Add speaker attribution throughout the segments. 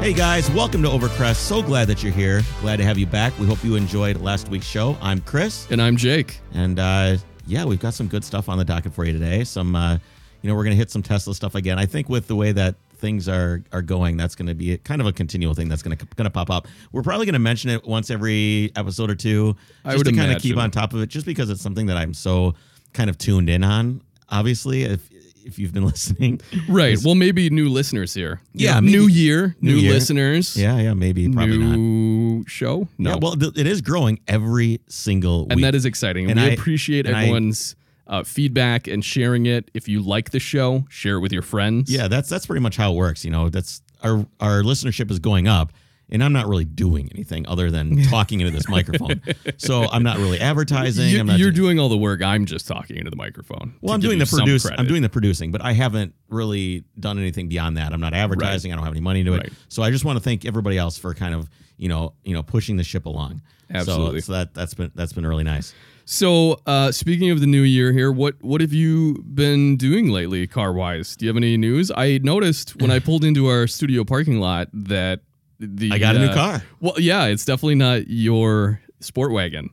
Speaker 1: Hey guys, welcome to Overcrest. So glad that you're here. Glad to have you back. We hope you enjoyed last week's show. I'm Chris,
Speaker 2: And I'm Jake.
Speaker 1: and uh, yeah, we've got some good stuff on the docket for you today. Some, uh, you know, we're gonna hit some Tesla stuff again. I think with the way that things are are going, that's gonna be kind of a continual thing that's gonna gonna pop up. We're probably gonna mention it once every episode or two,
Speaker 2: I
Speaker 1: just
Speaker 2: would
Speaker 1: to kind of
Speaker 2: imagine.
Speaker 1: keep on top of it, just because it's something that I'm so kind of tuned in on. Obviously, if if you've been listening,
Speaker 2: Right. Well, maybe new listeners here.
Speaker 1: Yeah, maybe-
Speaker 2: New year,
Speaker 1: new
Speaker 2: new,
Speaker 1: year.
Speaker 2: listeners.
Speaker 1: yeah, yeah, maybe probably not.
Speaker 2: New show. No.
Speaker 1: Yeah, well, th- it is growing every single
Speaker 2: and
Speaker 1: week.
Speaker 2: that is exciting.
Speaker 1: And
Speaker 2: we
Speaker 1: I-
Speaker 2: appreciate
Speaker 1: and I-
Speaker 2: everyone's uh, feedback and sharing it. If you like the show, share it with your friends.
Speaker 1: yeah, that's that's pretty much how it works. You know, that's our our listenership is going up, and I'm not really doing anything other than talking into this microphone. So I'm not really advertising.
Speaker 2: You,
Speaker 1: I'm not
Speaker 2: are
Speaker 1: doing,
Speaker 2: doing all the work. I'm just talking into the microphone.
Speaker 1: well.
Speaker 2: to
Speaker 1: I'm
Speaker 2: give
Speaker 1: doing
Speaker 2: you
Speaker 1: the
Speaker 2: some
Speaker 1: produce. I'm
Speaker 2: credit.
Speaker 1: doing the producing, but I haven't really done anything beyond that. I'm not advertising. I don't have any money into it.
Speaker 2: Right.
Speaker 1: So I just want to thank everybody else for kind of you know you know pushing the ship along. So-
Speaker 2: Absolutely.
Speaker 1: So, that that's been that's been really nice.
Speaker 2: So, uh, speaking of the new year here, what what have you been doing lately, car wise? Do you have any news? I noticed when I pulled into our studio parking lot that the
Speaker 1: I got a new
Speaker 2: uh,
Speaker 1: car.
Speaker 2: Well, yeah, it's definitely not your sport wagon,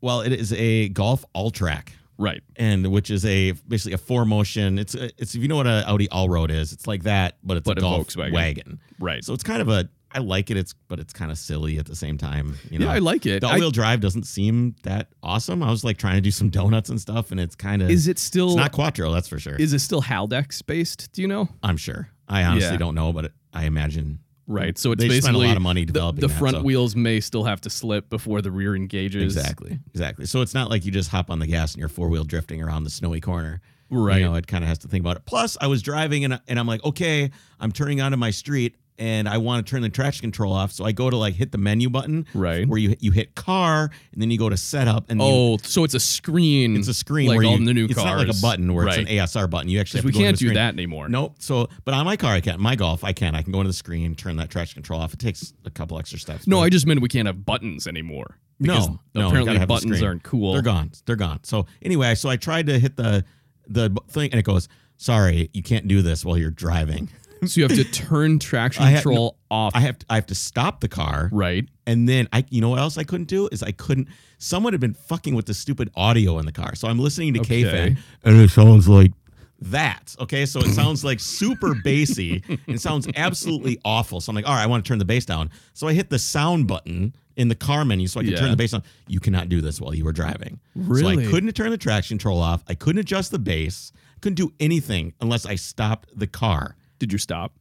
Speaker 1: Well, it is a Golf All Track.
Speaker 2: right?
Speaker 1: and which is a basically a four motion. It's a, it's if you know what an Audi All Road is, it's like that, but it's
Speaker 2: But
Speaker 1: a
Speaker 2: a
Speaker 1: golf
Speaker 2: Volkswagen.
Speaker 1: wagon.
Speaker 2: Right.
Speaker 1: So it's kind of a I like it. It's but it's kind of silly at the same time. You know,
Speaker 2: yeah, I like it.
Speaker 1: the
Speaker 2: I-
Speaker 1: all wheel drive doesn't seem that awesome. I was like trying to do some donuts and stuff, and it's kind of
Speaker 2: is it still
Speaker 1: it's not Quattro, that's for sure.
Speaker 2: is it still Haldex based? Do you know?
Speaker 1: I'm sure. I honestly
Speaker 2: Yeah.
Speaker 1: don't know, but I imagine
Speaker 2: Right. So it's
Speaker 1: they
Speaker 2: basically
Speaker 1: spent a lot of money
Speaker 2: the,
Speaker 1: developing
Speaker 2: the
Speaker 1: that,
Speaker 2: front
Speaker 1: so-
Speaker 2: wheels may still have to slip before the rear engages.
Speaker 1: Exactly, exactly. So it's not like you just hop on the gas and you're four wheel drifting around the snowy corner.
Speaker 2: Right.
Speaker 1: You know, it kind of has to think about it. Plus, I was driving and, and I'm like, okay, I'm turning onto my street and I want to turn the traction control off. So I go to like hit the menu button,
Speaker 2: Right.
Speaker 1: Where you you hit car and then you go to setup and you,
Speaker 2: Oh, so it's a screen.
Speaker 1: it's a screen
Speaker 2: like
Speaker 1: where
Speaker 2: on
Speaker 1: you,
Speaker 2: the new
Speaker 1: it's
Speaker 2: cars.
Speaker 1: not like a button where
Speaker 2: right.
Speaker 1: it's an ASR button. You actually have
Speaker 2: we
Speaker 1: to go into
Speaker 2: can't
Speaker 1: the
Speaker 2: do
Speaker 1: screen.
Speaker 2: that anymore.
Speaker 1: Nope. So, but on my car, I can. My golf, I can. I can go into the screen, turn that traction control off. It takes a couple extra steps.
Speaker 2: No,
Speaker 1: but-
Speaker 2: I just meant we can't have buttons anymore.
Speaker 1: No,
Speaker 2: Because
Speaker 1: no, you gotta
Speaker 2: apparently
Speaker 1: have a
Speaker 2: buttons
Speaker 1: screen.
Speaker 2: aren't cool.
Speaker 1: They're gone. They're gone. So anyway, so I tried to hit the the b- thing, and it goes, "Sorry, you can't do this while you're driving.
Speaker 2: So you have to turn traction
Speaker 1: I had-
Speaker 2: control off.
Speaker 1: I have to, I have to stop the car."
Speaker 2: right.
Speaker 1: And then I, you know what else I couldn't do is I couldn't. Someone had been fucking with the stupid audio in the car, so I'm listening to
Speaker 2: Okay.
Speaker 1: KFan, and it sounds like that. Okay, so it sounds like super bassy and sounds absolutely awful. So I'm like, all right, I want to turn the bass down. So I hit the sound button in the car menu so I can turn
Speaker 2: Yeah.
Speaker 1: the bass on. You cannot do this while you were driving. So
Speaker 2: Really?
Speaker 1: I couldn't turn the traction control off. I couldn't adjust the bass. Couldn't do anything unless I stopped the car.
Speaker 2: Did you stop?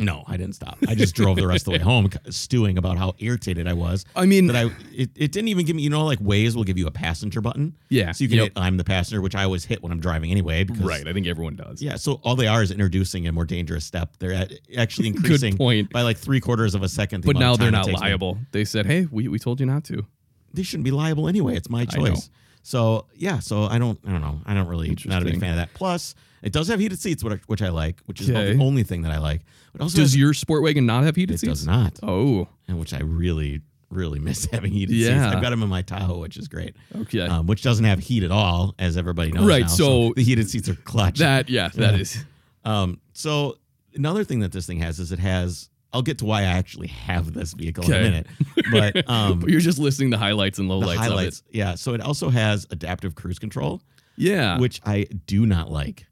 Speaker 1: No, I didn't stop. I just drove the rest of the way home, stewing about how irritated I was.
Speaker 2: I mean-
Speaker 1: that I it, it didn't even give me. You know, like Waze will give you a passenger button.
Speaker 2: Yeah.
Speaker 1: so you can
Speaker 2: Yep.
Speaker 1: hit I'm the passenger, which I always hit when I'm driving anyway. Because,
Speaker 2: Right. I think everyone does.
Speaker 1: Yeah. So all they are is introducing a more dangerous step. They're at, actually increasing
Speaker 2: point.
Speaker 1: by like three quarters of a second. the
Speaker 2: But
Speaker 1: amount
Speaker 2: now
Speaker 1: of
Speaker 2: they're
Speaker 1: time it
Speaker 2: not
Speaker 1: takes me.
Speaker 2: liable. They said, "Hey, we, we told you not to."
Speaker 1: They shouldn't be liable anyway. It's my
Speaker 2: know.
Speaker 1: choice. So yeah. So I don't. I don't know. I don't really. Not a big
Speaker 2: Interesting.
Speaker 1: fan of that. Plus, it does have heated seats, which I- which I like, which is about
Speaker 2: Okay.
Speaker 1: the only thing that I like. But also,
Speaker 2: Does
Speaker 1: has-
Speaker 2: your sport wagon not have heated
Speaker 1: it
Speaker 2: seats?
Speaker 1: does not.
Speaker 2: Oh,
Speaker 1: and which I really, really miss having heated
Speaker 2: Yeah.
Speaker 1: seats. I've got them in my Tahoe, which is great,
Speaker 2: okay.
Speaker 1: um, which doesn't have heat at all, as everybody knows.
Speaker 2: Right,
Speaker 1: now,
Speaker 2: so-
Speaker 1: the heated seats are clutch.
Speaker 2: that yeah, that is
Speaker 1: um, so another thing that this thing has is it has. I'll get to why I actually have this vehicle in a
Speaker 2: Okay.
Speaker 1: minute, but um,
Speaker 2: But you're just listing the highlights and
Speaker 1: the
Speaker 2: lowlights
Speaker 1: highlights, yeah. So it also has adaptive cruise control,
Speaker 2: of it. Yeah.
Speaker 1: which I do not like.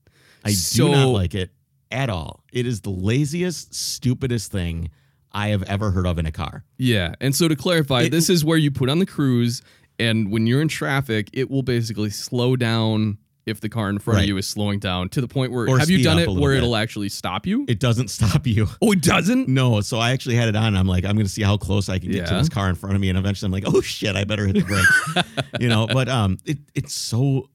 Speaker 1: I do not
Speaker 2: Ah. So-
Speaker 1: like it at all. It is the laziest, stupidest thing I have ever heard of in a car.
Speaker 2: Yeah. And so to clarify,
Speaker 1: It-
Speaker 2: this is where you put on the cruise, and when you're in traffic, it will basically slow down if the car in front
Speaker 1: Right.
Speaker 2: of you is slowing down to the point where
Speaker 1: Or
Speaker 2: have you
Speaker 1: speed
Speaker 2: done
Speaker 1: up
Speaker 2: it
Speaker 1: a little
Speaker 2: where
Speaker 1: bit.
Speaker 2: it'll actually stop you?
Speaker 1: It doesn't stop you.
Speaker 2: oh, it doesn't.
Speaker 1: No, so I actually had it on. I'm like, I'm going to see how close I can get to
Speaker 2: Yeah.
Speaker 1: this car in front of me, and eventually I'm like, oh shit, I better hit the brakes, you know. But um, it it's so,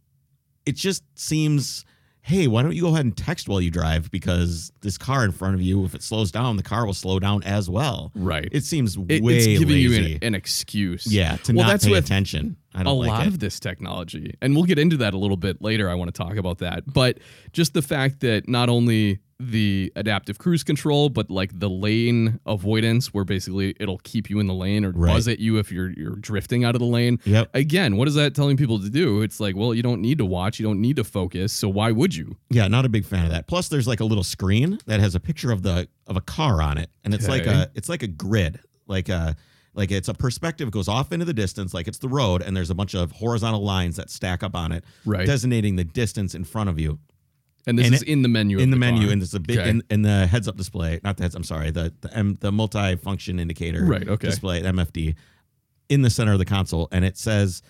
Speaker 1: it just seems, hey, why don't you go ahead and text while you drive because this car in front of you, if it slows down, the car will slow down as well.
Speaker 2: Right.
Speaker 1: It seems
Speaker 2: It-
Speaker 1: way
Speaker 2: it's giving
Speaker 1: lazy.
Speaker 2: you an, an excuse.
Speaker 1: yeah, to
Speaker 2: Well,
Speaker 1: not
Speaker 2: that's
Speaker 1: pay
Speaker 2: with
Speaker 1: attention. I
Speaker 2: a
Speaker 1: don't like
Speaker 2: lot
Speaker 1: it.
Speaker 2: of this technology. And we'll get into that a little bit later. I want to talk about that. But just the fact that not only the adaptive cruise control, but like the lane avoidance, where basically it'll keep you in the lane or
Speaker 1: Right.
Speaker 2: buzz at you if you're you're drifting out of the lane.
Speaker 1: Yep.
Speaker 2: Again, what is that telling people to do? It's like, well, you don't need to watch, you don't need to focus, so why would you?
Speaker 1: Yeah, not a big fan of that. Plus, there's like a little screen that has a picture of the of a car on it, and it's like
Speaker 2: Okay.
Speaker 1: a it's like a grid, like a like it's a perspective goes off into the distance, like it's the road, and there's a bunch of horizontal lines that stack up on it,
Speaker 2: Right.
Speaker 1: designating the distance in front of you
Speaker 2: And this
Speaker 1: And
Speaker 2: is in the menu. of
Speaker 1: in the, menu,
Speaker 2: car.
Speaker 1: and it's a big
Speaker 2: Okay.
Speaker 1: in, in the heads up display, not the heads. I'm sorry, the the, M, the multi-function indicator,
Speaker 2: Right, okay.
Speaker 1: display MFD in the center of the console, and it says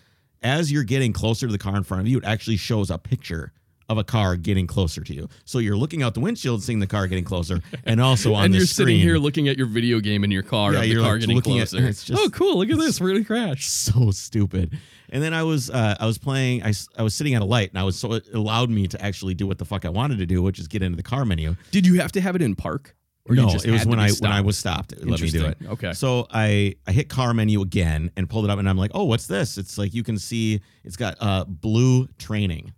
Speaker 1: as you're getting closer to the car in front of you, it actually shows a picture of a car getting closer to you. So you're looking out the windshield, seeing the car getting closer, and also on
Speaker 2: and
Speaker 1: the
Speaker 2: you're
Speaker 1: screen,
Speaker 2: sitting here looking at your video game in your car.
Speaker 1: Yeah,
Speaker 2: and the
Speaker 1: you're,
Speaker 2: car
Speaker 1: like,
Speaker 2: getting
Speaker 1: looking at-
Speaker 2: closer.
Speaker 1: it's just-
Speaker 2: oh, cool! Look at this. We're gonna crash.
Speaker 1: so stupid. And then I was uh, I was playing I, s- I was sitting at a light and I was so it allowed me to actually do what the fuck I wanted to do, which is get into the car menu.
Speaker 2: Did you have to have it in park?
Speaker 1: no,
Speaker 2: just
Speaker 1: it was
Speaker 2: had to
Speaker 1: when
Speaker 2: be
Speaker 1: I when
Speaker 2: stopped?
Speaker 1: I was stopped. It let me do it.
Speaker 2: Interesting. Okay.
Speaker 1: So I I hit car menu again and pulled it up and I'm like, oh, what's this? It's like you can see it's got uh blue training,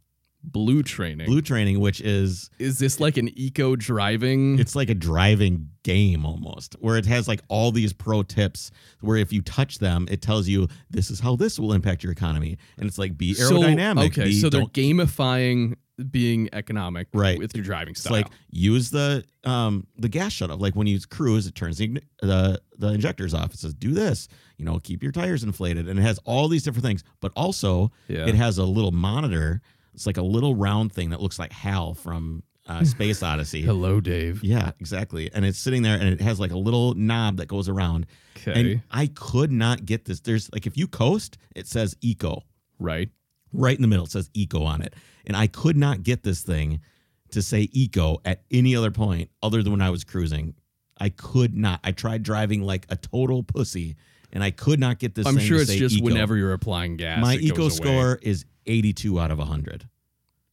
Speaker 2: Blue training.
Speaker 1: blue training, which is
Speaker 2: Is this like an eco driving?
Speaker 1: it's like a driving game almost, where it has like all these pro tips where if you touch them, it tells you this is how this will impact your economy, and it's like be aerodynamic.
Speaker 2: So, okay,
Speaker 1: be-
Speaker 2: so they're
Speaker 1: don't-
Speaker 2: gamifying being economic
Speaker 1: Right.
Speaker 2: with your driving
Speaker 1: it's
Speaker 2: style.
Speaker 1: like use the um the gas shut off. Like when you cruise, it turns the ign- the the injectors off. It says do this, you know, keep your tires inflated, and it has all these different things. But also,
Speaker 2: yeah.
Speaker 1: It has a little monitor. It's like a little round thing that looks like Hal from uh, Space Odyssey.
Speaker 2: Hello, Dave.
Speaker 1: yeah, exactly. And it's sitting there and it has like a little knob that goes around.
Speaker 2: Okay.
Speaker 1: And I could not get this. There's like if you coast, it says eco
Speaker 2: right.
Speaker 1: right in the middle. It says eco on it. And I could not get this thing to say eco at any other point other than when I was cruising. I could not. I tried driving like a total pussy and I could not get this
Speaker 2: I'm
Speaker 1: thing
Speaker 2: sure
Speaker 1: to
Speaker 2: it's
Speaker 1: say
Speaker 2: just
Speaker 1: eco
Speaker 2: whenever you're applying gas.
Speaker 1: my
Speaker 2: it goes
Speaker 1: eco
Speaker 2: away
Speaker 1: score is 82 out of 100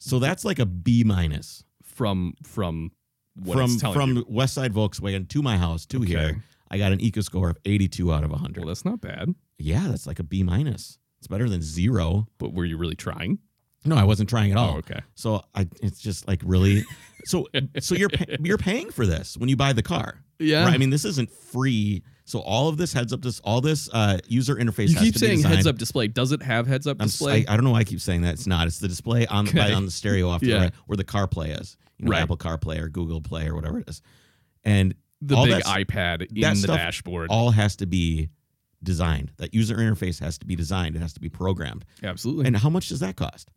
Speaker 1: so that's like a b minus
Speaker 2: from from what
Speaker 1: from
Speaker 2: it's telling
Speaker 1: from
Speaker 2: you.
Speaker 1: west side volkswagen to my house to
Speaker 2: Okay.
Speaker 1: here i got an eco score of 82 out of 100
Speaker 2: Well, that's not bad.
Speaker 1: yeah that's like a b minus it's better than zero
Speaker 2: But were you really trying? Oh,
Speaker 1: no i wasn't trying at all
Speaker 2: okay.
Speaker 1: so i it's just like really so so you're pa- you're paying for this when you buy the car
Speaker 2: Yeah.
Speaker 1: right i mean this isn't free so all of this heads up this all this uh, user interface
Speaker 2: you
Speaker 1: has
Speaker 2: keep
Speaker 1: to be
Speaker 2: saying heads
Speaker 1: designed-
Speaker 2: up display. Does it have heads up
Speaker 1: I'm s-
Speaker 2: display?
Speaker 1: I, I don't know why I keep saying that. It's not. It's the display on the by,
Speaker 2: Okay.
Speaker 1: on the stereo off to the
Speaker 2: Yeah.
Speaker 1: right, where the CarPlay is. You know,
Speaker 2: Right.
Speaker 1: Apple CarPlay or Google Play or whatever it is. And
Speaker 2: the
Speaker 1: all
Speaker 2: big
Speaker 1: that's-
Speaker 2: iPad
Speaker 1: that
Speaker 2: in the
Speaker 1: stuff-
Speaker 2: dashboard.
Speaker 1: all has to be designed. That user interface has to be designed. It has to be programmed.
Speaker 2: Absolutely.
Speaker 1: And how much does that cost?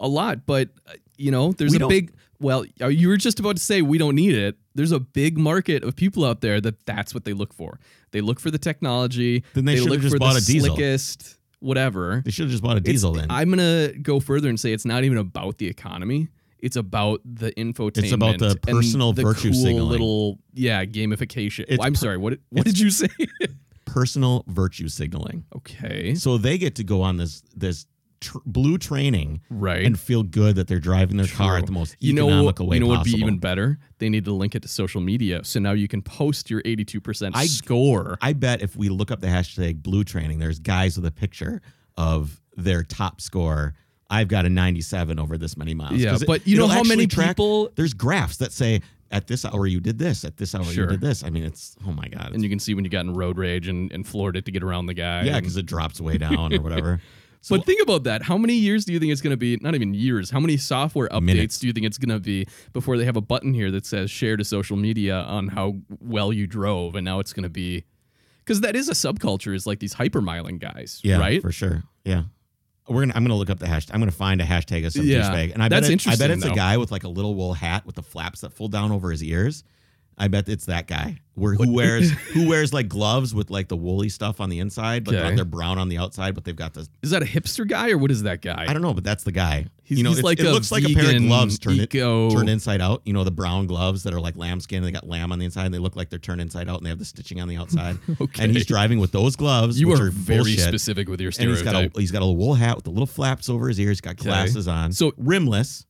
Speaker 2: a lot, but uh, you know, there's
Speaker 1: We
Speaker 2: a
Speaker 1: don't-
Speaker 2: big. Well, uh, you were just about to say we don't need it. There's a big market of people out there that that's what they look for. They look for the technology.
Speaker 1: Then they should've
Speaker 2: look
Speaker 1: just
Speaker 2: for
Speaker 1: bought
Speaker 2: the
Speaker 1: a diesel.
Speaker 2: slickest, whatever.
Speaker 1: They should have just bought a
Speaker 2: It's-
Speaker 1: diesel then.
Speaker 2: I'm gonna go further and say it's not even about the economy. It's about the infotainment.
Speaker 1: about the
Speaker 2: and
Speaker 1: personal
Speaker 2: the
Speaker 1: virtue
Speaker 2: cool
Speaker 1: signaling.
Speaker 2: Little yeah, gamification.
Speaker 1: It's
Speaker 2: I'm
Speaker 1: per-
Speaker 2: sorry. What what did you say?
Speaker 1: Personal virtue signaling.
Speaker 2: okay,
Speaker 1: So they get to go on this this tr- blue training
Speaker 2: right.
Speaker 1: and feel good that they're driving their car
Speaker 2: True.
Speaker 1: at the most
Speaker 2: you know,
Speaker 1: economical way
Speaker 2: you know what would be
Speaker 1: possible.
Speaker 2: even better? They need to link it to social media, so now you can post your eighty-two percent
Speaker 1: I-
Speaker 2: score.
Speaker 1: I bet if we look up the hashtag blue training, there's guys with a picture of their top score. I've got a 97 over this many miles.
Speaker 2: yeah,
Speaker 1: 'Cause it-
Speaker 2: but you know
Speaker 1: it'll
Speaker 2: how many
Speaker 1: actually track-
Speaker 2: people,
Speaker 1: There's graphs that say at this hour you did this, at this hour
Speaker 2: Sure.
Speaker 1: you did this. I mean, it's oh my god.
Speaker 2: and you can see when you got in road rage and, and Florida to get around the guy.
Speaker 1: yeah,
Speaker 2: and-
Speaker 1: because it drops way down or whatever. So
Speaker 2: but think about that. How many years do you think it's going to be? Not even years. How many software updates
Speaker 1: Minutes.
Speaker 2: do you think it's going to be before they have a button here that says share to social media on how well you drove? And now it's going to be because that is a subculture. Is like these hypermiling guys,
Speaker 1: yeah,
Speaker 2: right?
Speaker 1: for sure. Yeah. We're gonna. I'm gonna look up the hashtag. I'm gonna find a hashtag of some
Speaker 2: Yeah,
Speaker 1: douchebag, and I bet
Speaker 2: that's
Speaker 1: it, I
Speaker 2: interesting,
Speaker 1: bet it's
Speaker 2: though.
Speaker 1: a guy with like a little wool hat with the flaps that fold down over his ears. I bet it's that guy where who wears who wears like gloves with like the woolly stuff on the inside, like
Speaker 2: Okay.
Speaker 1: they're brown on the outside, but they've got this.
Speaker 2: Is that a hipster guy or what is that guy?
Speaker 1: I don't know, but that's the guy.
Speaker 2: He's,
Speaker 1: you know,
Speaker 2: he's
Speaker 1: it's-
Speaker 2: like
Speaker 1: it
Speaker 2: a
Speaker 1: looks like a pair of
Speaker 2: vegan
Speaker 1: gloves turned it-
Speaker 2: eco,
Speaker 1: turned inside out. You know, the brown gloves that are like lambskin. They got lamb on the inside. And they look like they're turned inside out, and they have the stitching on the outside.
Speaker 2: Okay.
Speaker 1: And he's driving with those gloves.
Speaker 2: You
Speaker 1: which
Speaker 2: are, very
Speaker 1: bullshit.
Speaker 2: specific with your
Speaker 1: And he's got a
Speaker 2: stereotype.
Speaker 1: he's got a wool hat with the little flaps over his ears. He's got glasses on,
Speaker 2: So-
Speaker 1: rimless,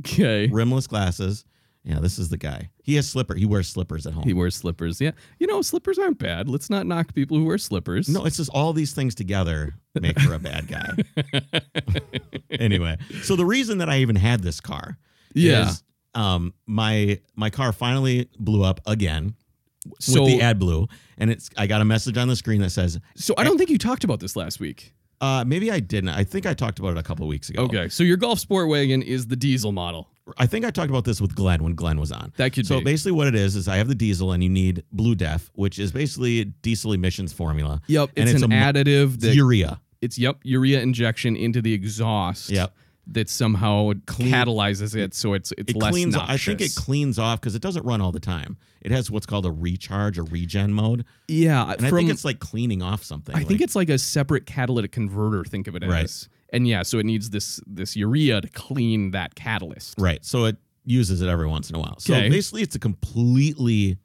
Speaker 2: okay.
Speaker 1: rimless glasses. Yeah, this is the guy. He has slipper. He wears slippers at home.
Speaker 2: He wears slippers. Yeah. You know, slippers aren't bad. Let's not knock people who wear slippers.
Speaker 1: No, it's just all these things together make for a bad guy. anyway, so the reason that I even had this car
Speaker 2: Yeah.
Speaker 1: is um, my my car finally blew up again
Speaker 2: So-
Speaker 1: with the ad blue, and it's I got a message on the screen that says,
Speaker 2: So I don't think you talked about this last week.
Speaker 1: uh, maybe I didn't. I think I talked about it a couple of weeks ago.
Speaker 2: Okay. So your Golf Sport Wagon is the diesel model.
Speaker 1: I think I talked about this with Glenn when Glenn was on.
Speaker 2: That could
Speaker 1: So
Speaker 2: be.
Speaker 1: basically, what it is is I have the diesel, and you need Blue Def, which is basically diesel emissions formula.
Speaker 2: Yep.
Speaker 1: and
Speaker 2: It's,
Speaker 1: it's
Speaker 2: an
Speaker 1: a mo-
Speaker 2: additive
Speaker 1: It's
Speaker 2: that
Speaker 1: urea.
Speaker 2: it's yep urea injection into the exhaust.
Speaker 1: Yep.
Speaker 2: That somehow
Speaker 1: Clean-
Speaker 2: catalyzes it, so it's it's
Speaker 1: It
Speaker 2: less
Speaker 1: cleans.
Speaker 2: noxious.
Speaker 1: I think it cleans off because it doesn't run all the time. It has what's called a recharge or regen mode,
Speaker 2: yeah.
Speaker 1: and
Speaker 2: from
Speaker 1: I think it's like cleaning off something.
Speaker 2: I think it's like a separate catalytic converter. Think of it as.
Speaker 1: Right.
Speaker 2: And yeah, so it needs this this urea to clean that catalyst.
Speaker 1: right. So it uses it every once in a while. So
Speaker 2: Okay.
Speaker 1: basically, it's a completely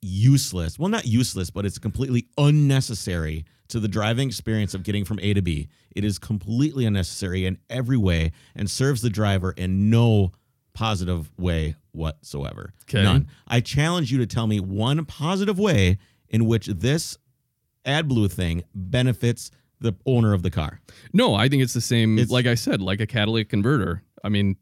Speaker 1: useless. Well, not useless, but it's completely unnecessary to the driving experience of getting from A to B. It is completely unnecessary in every way and serves the driver in no positive way whatsoever.
Speaker 2: Okay.
Speaker 1: None. I challenge you to tell me one positive way in which this AdBlue thing benefits the owner of the car.
Speaker 2: No, I think it's the same.
Speaker 1: It's-
Speaker 2: like I said, like a catalytic converter. I mean,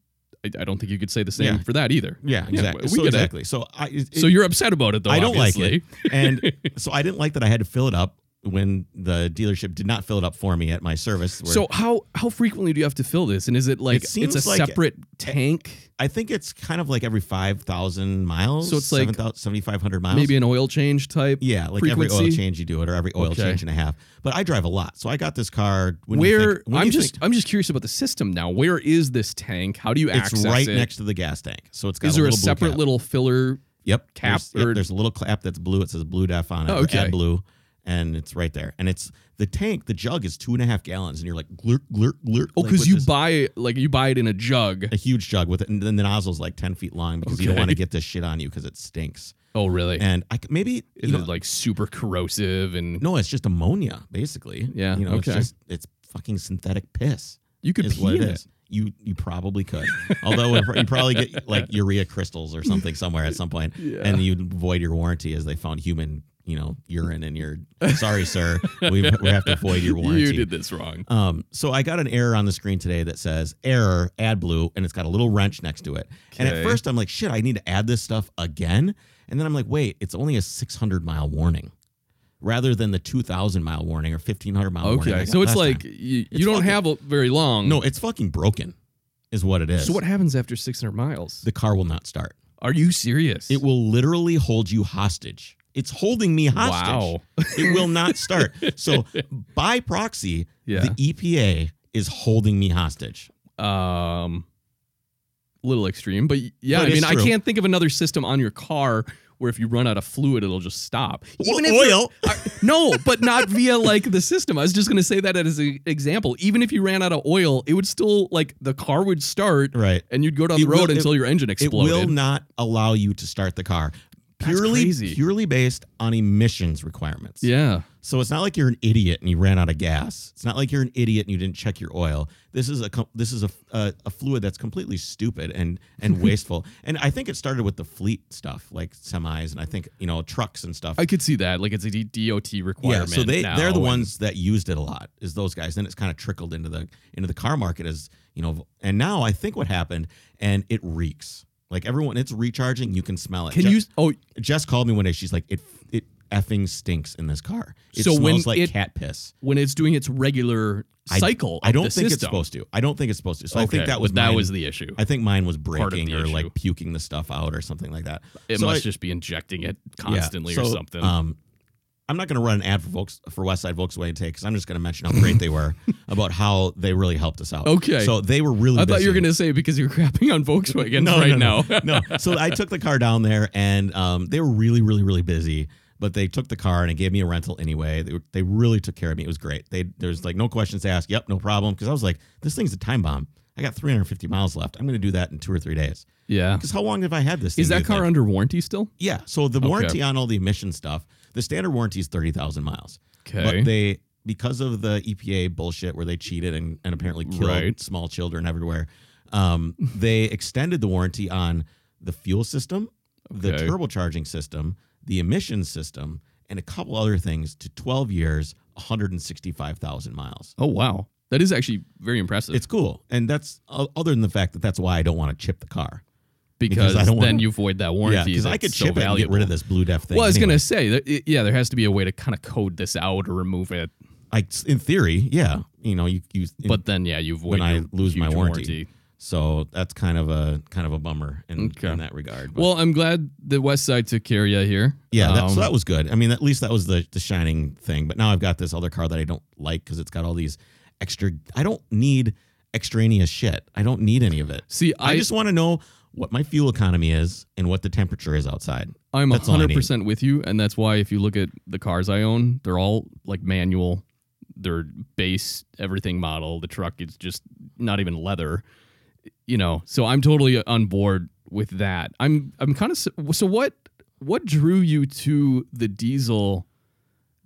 Speaker 2: I, I don't think you could say the same
Speaker 1: Yeah.
Speaker 2: for that either.
Speaker 1: Yeah, exactly.
Speaker 2: we
Speaker 1: so
Speaker 2: get it.
Speaker 1: exactly. So I it-
Speaker 2: so you're upset about it, though.
Speaker 1: I don't like
Speaker 2: obviously.
Speaker 1: it. And so I didn't like that I had to fill it up when the dealership did not fill it up for me at my service. where-
Speaker 2: So how how frequently do you have to fill this? And is it like
Speaker 1: It seems
Speaker 2: it's a
Speaker 1: like-
Speaker 2: separate tank?
Speaker 1: I think it's kind of like every 5,000 miles.
Speaker 2: So it's like
Speaker 1: 7,000 7,500 miles.
Speaker 2: Maybe an oil change type.
Speaker 1: Yeah, like every oil
Speaker 2: frequency?
Speaker 1: change you do it or every oil
Speaker 2: Okay.
Speaker 1: change and a half. But I drive a lot. So I got this car. When you
Speaker 2: Where
Speaker 1: think- when
Speaker 2: I'm
Speaker 1: you
Speaker 2: just
Speaker 1: think-
Speaker 2: I'm just curious about the system now. Where is this tank? How do you access
Speaker 1: it's right
Speaker 2: it?
Speaker 1: next to the gas tank. So it's got
Speaker 2: is there a,
Speaker 1: little blue
Speaker 2: separate
Speaker 1: cap.
Speaker 2: little filler?
Speaker 1: Yep.
Speaker 2: cap
Speaker 1: There's, yep,
Speaker 2: or-
Speaker 1: there's a little clap that's blue. It says Blue Def on it.
Speaker 2: Oh,
Speaker 1: or
Speaker 2: okay.
Speaker 1: Add blue, and it's right there. And it's the tank. The jug is two and a half gallons, and you're like glurk glurk glurk.
Speaker 2: Oh,
Speaker 1: like,
Speaker 2: because
Speaker 1: with
Speaker 2: you
Speaker 1: this-
Speaker 2: buy like you buy it in a jug.
Speaker 1: a huge jug with it, and then the nozzle's like ten feet long because you don't
Speaker 2: Okay.
Speaker 1: want to get this shit on you because it stinks.
Speaker 2: Oh, really?
Speaker 1: And I c- maybe
Speaker 2: is
Speaker 1: you know,
Speaker 2: it like super corrosive and
Speaker 1: no, it's just ammonia basically.
Speaker 2: Yeah,
Speaker 1: you know,
Speaker 2: okay.
Speaker 1: it's just it's fucking synthetic piss.
Speaker 2: you could
Speaker 1: is
Speaker 2: pee
Speaker 1: what
Speaker 2: in
Speaker 1: it is. You you probably could, although it- you probably get like urea crystals or something somewhere at some point,
Speaker 2: Yeah.
Speaker 1: and you'd void your warranty as they found human you know urine in your. Sorry, sir, we we have to void your warranty.
Speaker 2: You did this wrong.
Speaker 1: Um, so I got an error on the screen today that says error add blue and it's got a little wrench next to it. And
Speaker 2: Okay.
Speaker 1: at first I'm like, shit, I need to add this stuff again. And then I'm like, wait, it's only a 600 mile warning rather than the 2000 mile warning or 1500 mile warning. I
Speaker 2: Okay,
Speaker 1: got
Speaker 2: so it's
Speaker 1: last
Speaker 2: like
Speaker 1: time.
Speaker 2: you,
Speaker 1: It's
Speaker 2: you don't
Speaker 1: fucking-
Speaker 2: have a, very long.
Speaker 1: no, it's fucking broken is what it is.
Speaker 2: So what happens after 600 miles?
Speaker 1: the car will not start.
Speaker 2: Are you serious?
Speaker 1: It will literally hold you hostage. It's holding me hostage.
Speaker 2: Wow.
Speaker 1: It will not start. so by proxy,
Speaker 2: Yeah.
Speaker 1: the EPA is holding me hostage.
Speaker 2: um little extreme but
Speaker 1: But
Speaker 2: yeah i mean
Speaker 1: it's
Speaker 2: i
Speaker 1: true.
Speaker 2: can't think of another system on your car where if you run out of fluid it'll just stop
Speaker 1: Well,
Speaker 2: if you're-
Speaker 1: oil.
Speaker 2: no but not via like the system i was just going to say that as an example even if you ran out of oil it would still like the car would start
Speaker 1: Right.
Speaker 2: and you'd go down the
Speaker 1: It
Speaker 2: road
Speaker 1: will- it-
Speaker 2: until your engine exploded
Speaker 1: It will not allow you to start the car.
Speaker 2: That's
Speaker 1: Purely
Speaker 2: crazy.
Speaker 1: purely based on emissions requirements.
Speaker 2: yeah
Speaker 1: So it's not like you're an idiot and you ran out of gas. It's not like you're an idiot and you didn't check your oil. This is a com- this is a, a, a fluid that's completely stupid and and wasteful. And I think it started with the fleet stuff like semis and I think you know trucks and stuff.
Speaker 2: i could see that like it's a D- dot requirement
Speaker 1: so they
Speaker 2: now,
Speaker 1: they're the
Speaker 2: and-
Speaker 1: ones that used it a lot. Is those guys? Then it's kind of trickled into the into the car market as you know. And now I think what happened, and it reeks. Like everyone, it's recharging. You can smell it.
Speaker 2: can
Speaker 1: Je-
Speaker 2: you oh
Speaker 1: Jess called me one day. She's like, it it effing stinks in this car. It
Speaker 2: So when
Speaker 1: smells like
Speaker 2: it-
Speaker 1: cat piss.
Speaker 2: when it's doing its regular
Speaker 1: I-
Speaker 2: cycle
Speaker 1: I
Speaker 2: of
Speaker 1: don't
Speaker 2: the
Speaker 1: think it's
Speaker 2: system.
Speaker 1: supposed to. I don't think it's supposed to. So I
Speaker 2: Okay,
Speaker 1: think that was
Speaker 2: but that
Speaker 1: mine.
Speaker 2: was the issue
Speaker 1: I think mine was
Speaker 2: of
Speaker 1: breaking
Speaker 2: the
Speaker 1: or
Speaker 2: issue.
Speaker 1: like puking the stuff out or something like that.
Speaker 2: it
Speaker 1: So
Speaker 2: must
Speaker 1: I-
Speaker 2: just be injecting it
Speaker 1: Yeah,
Speaker 2: constantly or
Speaker 1: so,
Speaker 2: something
Speaker 1: Um, I'm not going to run an ad for Volks, for Westside Volkswagen today because I'm just going to mention how great they were about how they really helped us out.
Speaker 2: Okay.
Speaker 1: So they were really.
Speaker 2: I thought you were
Speaker 1: busy.
Speaker 2: going to say because you're crapping on Volkswagen
Speaker 1: No,
Speaker 2: right
Speaker 1: no,
Speaker 2: now.
Speaker 1: no. So I took the car down there, and um, they were really, really, really busy. But they took the car and it gave me a rental anyway. They, were, they really took care of me. It was great. They there's like no questions asked. Yep, no problem. Because I was like, this thing's a time bomb. I got 350 miles left. I'm going to do that in two or three days.
Speaker 2: yeah.
Speaker 1: Because how long have I had this? Thing,
Speaker 2: Is
Speaker 1: do
Speaker 2: that
Speaker 1: you
Speaker 2: car
Speaker 1: think?
Speaker 2: under warranty still?
Speaker 1: Yeah. So the warranty on all the emission stuff, the standard warranty is 30,000 miles.
Speaker 2: Okay.
Speaker 1: But they, because of the EPA bullshit where they cheated and, and apparently killed
Speaker 2: Right.
Speaker 1: small children everywhere, um, they extended the warranty on the fuel system, the
Speaker 2: Okay.
Speaker 1: turbocharging system, the emission system, and a couple other things to 12 years, 165,000 miles.
Speaker 2: Oh, wow. That is actually very impressive.
Speaker 1: It's cool. And that's o- other than the fact that that's why I don't want to chip the car.
Speaker 2: because,
Speaker 1: Because I don't
Speaker 2: then
Speaker 1: wanna-
Speaker 2: you void that
Speaker 1: Yeah,
Speaker 2: warranty.
Speaker 1: because I
Speaker 2: that's
Speaker 1: could chip
Speaker 2: so
Speaker 1: it and get
Speaker 2: valuable.
Speaker 1: rid of this blue def thing.
Speaker 2: Well, I was
Speaker 1: anyway.
Speaker 2: gonna say, that, it- yeah, there has to be a way to kind of code this out or remove it.
Speaker 1: like in theory, yeah, you know, you, you
Speaker 2: Oh. But then, yeah, you void.
Speaker 1: Then I
Speaker 2: your
Speaker 1: lose my
Speaker 2: huge
Speaker 1: warranty. so that's kind of a kind of a bummer in,
Speaker 2: Okay.
Speaker 1: in that regard. But,
Speaker 2: Well, I'm glad the West Side took care of you here.
Speaker 1: yeah, that, so
Speaker 2: Um,
Speaker 1: that was good. I mean, at least that was the the shining thing. But now I've got this other car that I don't like because it's got all these extra. I don't need extraneous shit. I don't need any of it.
Speaker 2: see,
Speaker 1: I,
Speaker 2: I,
Speaker 1: just want to know what my fuel economy is and what the temperature is outside.
Speaker 2: I'm
Speaker 1: that's all I need.
Speaker 2: 100 percent with you, and that's why if you look at the cars I own, they're all like manual. They're base everything model. The truck is just not even leather, you know. So I'm totally on board with that. I'm I'm kind of so what what drew you to the diesel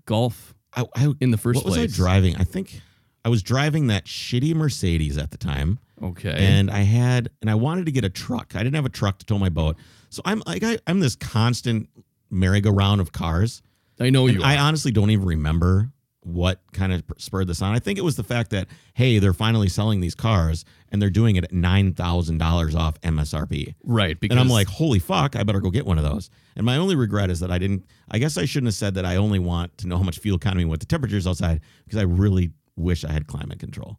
Speaker 2: Golf
Speaker 1: I, I
Speaker 2: in the first
Speaker 1: what was I
Speaker 2: place?
Speaker 1: driving? I think I was driving that shitty Mercedes at the time.
Speaker 2: Okay.
Speaker 1: and I had and I wanted to get a truck. I didn't have a truck to tow my boat, so I'm like I, I'm this constant merry-go-round of cars.
Speaker 2: I know
Speaker 1: And
Speaker 2: Oh, you.
Speaker 1: I honestly don't even remember what kind of spurred this on. I think it was the fact that hey, they're finally selling these cars and they're doing it at nine thousand dollars off MSRP.
Speaker 2: right. Because
Speaker 1: And I'm like, holy fuck, I better go get one of those. And my only regret is that I didn't, I guess I shouldn't have said that I only want to know how much fuel economy, what the temperature is outside, because I really wish I had climate control.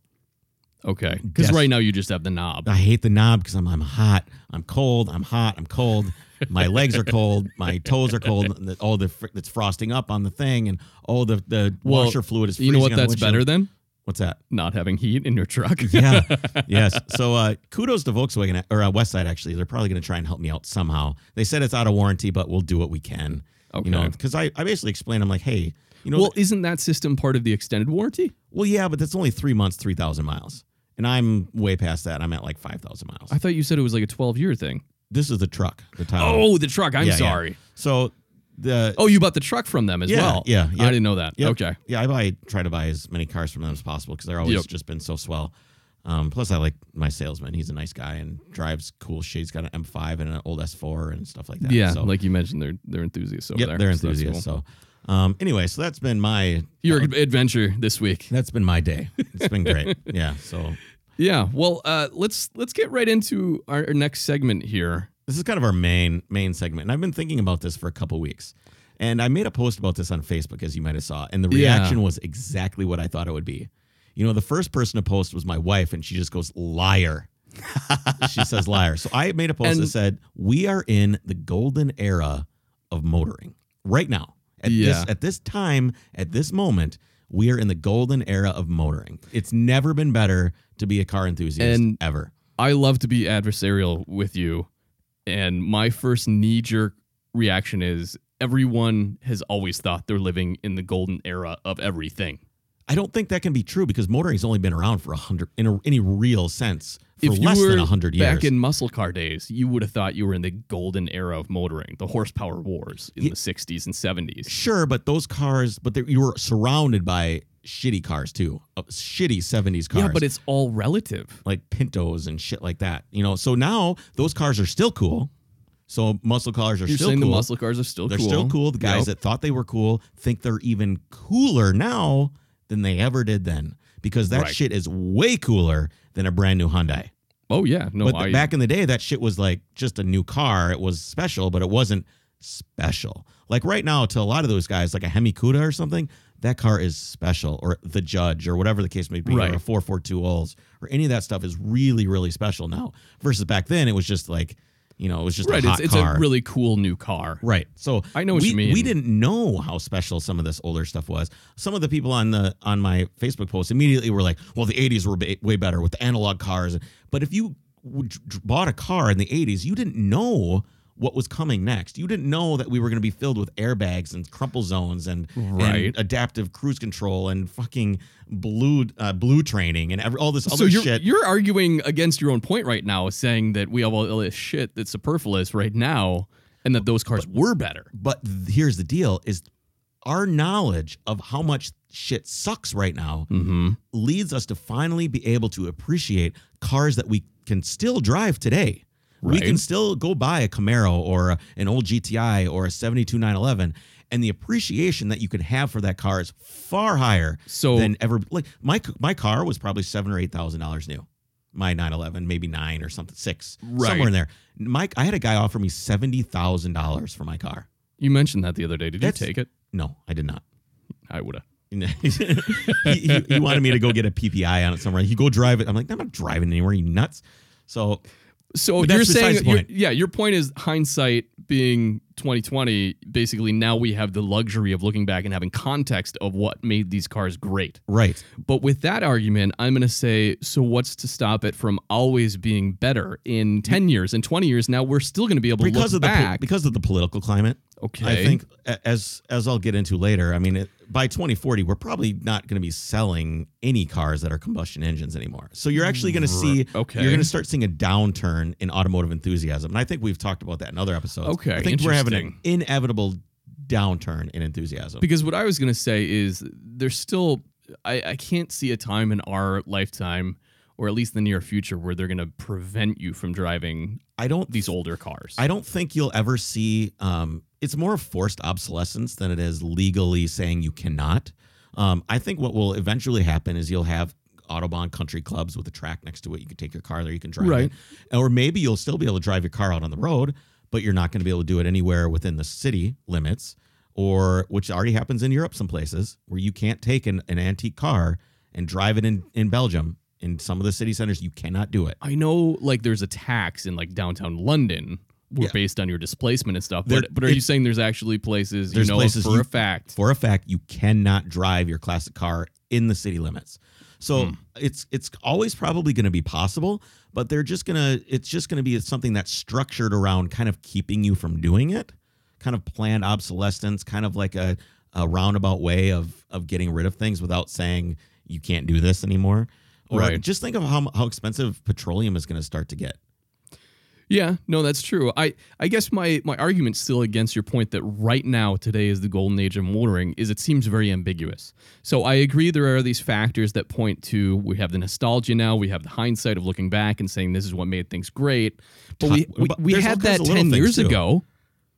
Speaker 2: okay. Because
Speaker 1: Yes.
Speaker 2: right now you just have the knob.
Speaker 1: I hate the knob because I'm I'm hot, I'm cold, I'm hot, I'm cold. My legs are cold, my toes are cold. And the, all the fr- it's frosting up on the thing, and all the the
Speaker 2: Well,
Speaker 1: washer fluid is.
Speaker 2: You know
Speaker 1: freezing
Speaker 2: what?
Speaker 1: on the
Speaker 2: That's
Speaker 1: windshield.
Speaker 2: better than
Speaker 1: What's that?
Speaker 2: not having heat in your truck.
Speaker 1: Yeah, yes. So uh, kudos to Volkswagen or uh, Westside. Actually, they're probably going to try and help me out somehow. They said it's out of warranty, but we'll do what we can.
Speaker 2: Okay.
Speaker 1: You know, because I, I basically explained, I'm like, hey, you know,
Speaker 2: well, isn't that system part of the extended warranty?
Speaker 1: well, yeah, but that's only three months, three thousand miles, and I'm way past that. I'm at like five thousand miles.
Speaker 2: I thought you said it was like a 12 year thing.
Speaker 1: this is the truck, the Tahoe.
Speaker 2: Oh, the truck. I'm
Speaker 1: Yeah, yeah.
Speaker 2: sorry.
Speaker 1: So the
Speaker 2: Oh, you bought the truck from them as
Speaker 1: Yeah,
Speaker 2: well.
Speaker 1: yeah, yeah.
Speaker 2: I didn't know that.
Speaker 1: Yep.
Speaker 2: Okay.
Speaker 1: yeah, I buy try to buy as many cars from them as possible because they're always
Speaker 2: Yep.
Speaker 1: just been so swell. Um, plus, I like my salesman; he's a nice guy and drives cool shit. He's got an M5 and an old S4 and stuff like that.
Speaker 2: Yeah.
Speaker 1: so,
Speaker 2: Like you mentioned, they're they're enthusiasts over
Speaker 1: yep,
Speaker 2: there.
Speaker 1: they're
Speaker 2: so that's
Speaker 1: enthusiasts. So, um, anyway, so that's been my
Speaker 2: cool. Your adventure this week.
Speaker 1: that's been my day. It's been great. Yeah. So
Speaker 2: Yeah. Well, uh, let's let's get right into our, our next segment here.
Speaker 1: this is kind of our main main segment, and I've been thinking about this for a couple weeks. And I made a post about this on Facebook, as you might have saw, and the
Speaker 2: Yeah.
Speaker 1: reaction was exactly what I thought it would be. You know, the first person to post was my wife, and she just goes liar. she says liar. So I made a post that
Speaker 2: And-
Speaker 1: said, "We are in the golden era of motoring right now. At
Speaker 2: Yeah.
Speaker 1: this at this time, at this moment, we are in the golden era of motoring. It's never been better to be a car enthusiast
Speaker 2: And-
Speaker 1: ever."
Speaker 2: I love to be adversarial with you, and my first knee jerk reaction is everyone has always thought they're living in the golden era of everything.
Speaker 1: I don't think that can be true because motoring's only been around for a hundred in a, any real sense for
Speaker 2: if
Speaker 1: less
Speaker 2: you were
Speaker 1: than a hundred years.
Speaker 2: back in muscle car days, you would have thought you were in the golden era of motoring, the horsepower wars in
Speaker 1: Ye-
Speaker 2: the '60s and '70s.
Speaker 1: sure, but those cars, but they- you were surrounded by shitty cars too, uh, shitty seventies cars.
Speaker 2: Yeah, but it's all relative.
Speaker 1: like Pintos and shit like that. You know, so now those cars are still cool. So muscle cars are
Speaker 2: You're
Speaker 1: still
Speaker 2: saying
Speaker 1: cool.
Speaker 2: the muscle cars are still
Speaker 1: they're
Speaker 2: cool.
Speaker 1: still cool. The guys
Speaker 2: Yep.
Speaker 1: that thought they were cool think they're even cooler now than they ever did then because that
Speaker 2: Right.
Speaker 1: shit is way cooler than a brand new Hyundai.
Speaker 2: Oh yeah, no,
Speaker 1: but th-
Speaker 2: I,
Speaker 1: back in the day, that shit was like just a new car. It was special, but it wasn't special. Like right now, to a lot of those guys, like a Hemi Cuda or something, that car is special, or the Judge, or whatever the case may be,
Speaker 2: Right.
Speaker 1: or a 442 Olds, or any of that stuff is really, really special now. Versus back then, it was just like, you know, it was just
Speaker 2: right.
Speaker 1: a
Speaker 2: It's,
Speaker 1: hot
Speaker 2: it's
Speaker 1: car.
Speaker 2: a really cool new car.
Speaker 1: Right. So
Speaker 2: I know what
Speaker 1: we,
Speaker 2: you mean.
Speaker 1: We didn't know how special some of this older stuff was. Some of the people on the on my Facebook post immediately were like, "Well, the '80s were ba- way better with the analog cars." But if you w- d- d- bought a car in the '80s, you didn't know what was coming next. You didn't know that we were going to be filled with airbags and crumple zones and, and
Speaker 2: Right.
Speaker 1: adaptive cruise control and fucking blue uh, blue training and every, all this
Speaker 2: so
Speaker 1: other
Speaker 2: you're
Speaker 1: shit.
Speaker 2: you're arguing against your own point right now, saying that we have all this shit that's superfluous right now, and that those cars were better.
Speaker 1: But th- here's the deal: is our knowledge of how much shit sucks right now
Speaker 2: Mm-hmm.
Speaker 1: leads us to finally be able to appreciate cars that we can still drive today. We
Speaker 2: Right.
Speaker 1: can still go buy a Camaro or an old GTI or a 72 911 and the appreciation that you could have for that car is far higher
Speaker 2: So
Speaker 1: than ever like my my car was probably 7 or 8,000 dollars new. my 911, maybe nine or something, six,
Speaker 2: Right.
Speaker 1: somewhere in there. Mike, I had a guy offer me seventy thousand dollars for my car.
Speaker 2: You mentioned that the other day. Did
Speaker 1: That's-
Speaker 2: you take it?
Speaker 1: No, I did not.
Speaker 2: I would have.
Speaker 1: he, he, he wanted me to go get a PPI on it somewhere. He go drive it. I'm like, I'm not driving anywhere. You nuts. So
Speaker 2: So
Speaker 1: But
Speaker 2: you're
Speaker 1: that's besides
Speaker 2: saying,
Speaker 1: the
Speaker 2: you're-
Speaker 1: point.
Speaker 2: yeah, your point is hindsight being 2020. Basically, now we have the luxury of looking back and having context of what made these cars great.
Speaker 1: right,
Speaker 2: But with that argument, I'm going to say, so what's to stop it from always being better in 10 years and 20 years? Now we're still going to be able to
Speaker 1: because
Speaker 2: look
Speaker 1: of the po-
Speaker 2: back.
Speaker 1: because of the political climate.
Speaker 2: okay.
Speaker 1: I think a- as as I'll get into later. I mean, it, by 2040, we're probably not going to be selling any cars that are combustion engines anymore. So you're actually going to see
Speaker 2: Mm, Okay.
Speaker 1: you're going to start seeing a downturn in automotive enthusiasm. And I think we've talked about that in other episodes.
Speaker 2: Okay,
Speaker 1: I think we're having an inevitable downturn in enthusiasm.
Speaker 2: Because what I was going to say is there's still, I, I can't see a time in our lifetime, or at least the near future, where they're going to prevent you from driving
Speaker 1: I don't
Speaker 2: these older cars.
Speaker 1: I don't think you'll ever see. Um, it's more forced obsolescence than it is legally saying you cannot. Um, I think what will eventually happen is you'll have autobahn country clubs with a track next to it. You can take your car there. You can drive
Speaker 2: Right.
Speaker 1: it, or maybe you'll still be able to drive your car out on the road, but you're not going to be able to do it anywhere within the city limits, or which already happens in Europe some places where you can't take an, an antique car and drive it in in Belgium. In some of the city centers, you cannot do it.
Speaker 2: I know like there's a tax in like downtown London where
Speaker 1: Yeah.
Speaker 2: based on your displacement and stuff.
Speaker 1: There-
Speaker 2: but, but are
Speaker 1: it-
Speaker 2: you saying there's actually places
Speaker 1: There's
Speaker 2: you know
Speaker 1: places
Speaker 2: for
Speaker 1: you-
Speaker 2: a fact?
Speaker 1: for a fact you cannot drive your classic car in the city limits. So it's it's always probably going to be possible, but they're just gonna it's just gonna be something that's structured around kind of keeping you from doing it, kind of planned obsolescence, kind of like a, a roundabout way of of getting rid of things without saying you can't do this anymore. Or
Speaker 2: Right.
Speaker 1: just think of how how expensive petroleum is going to start to get.
Speaker 2: Yeah, no, that's true. I, I guess my, my argument's still against your point that right now, today is the golden age of motoring, is it seems very ambiguous. So I agree there are these factors that point to we have the nostalgia now, we have the hindsight of looking back and saying this is what made things great. But we,
Speaker 1: Ti-
Speaker 2: we,
Speaker 1: but
Speaker 2: we
Speaker 1: there's all
Speaker 2: had
Speaker 1: kinds
Speaker 2: that
Speaker 1: of little
Speaker 2: 10
Speaker 1: things,
Speaker 2: years
Speaker 1: too.
Speaker 2: ago.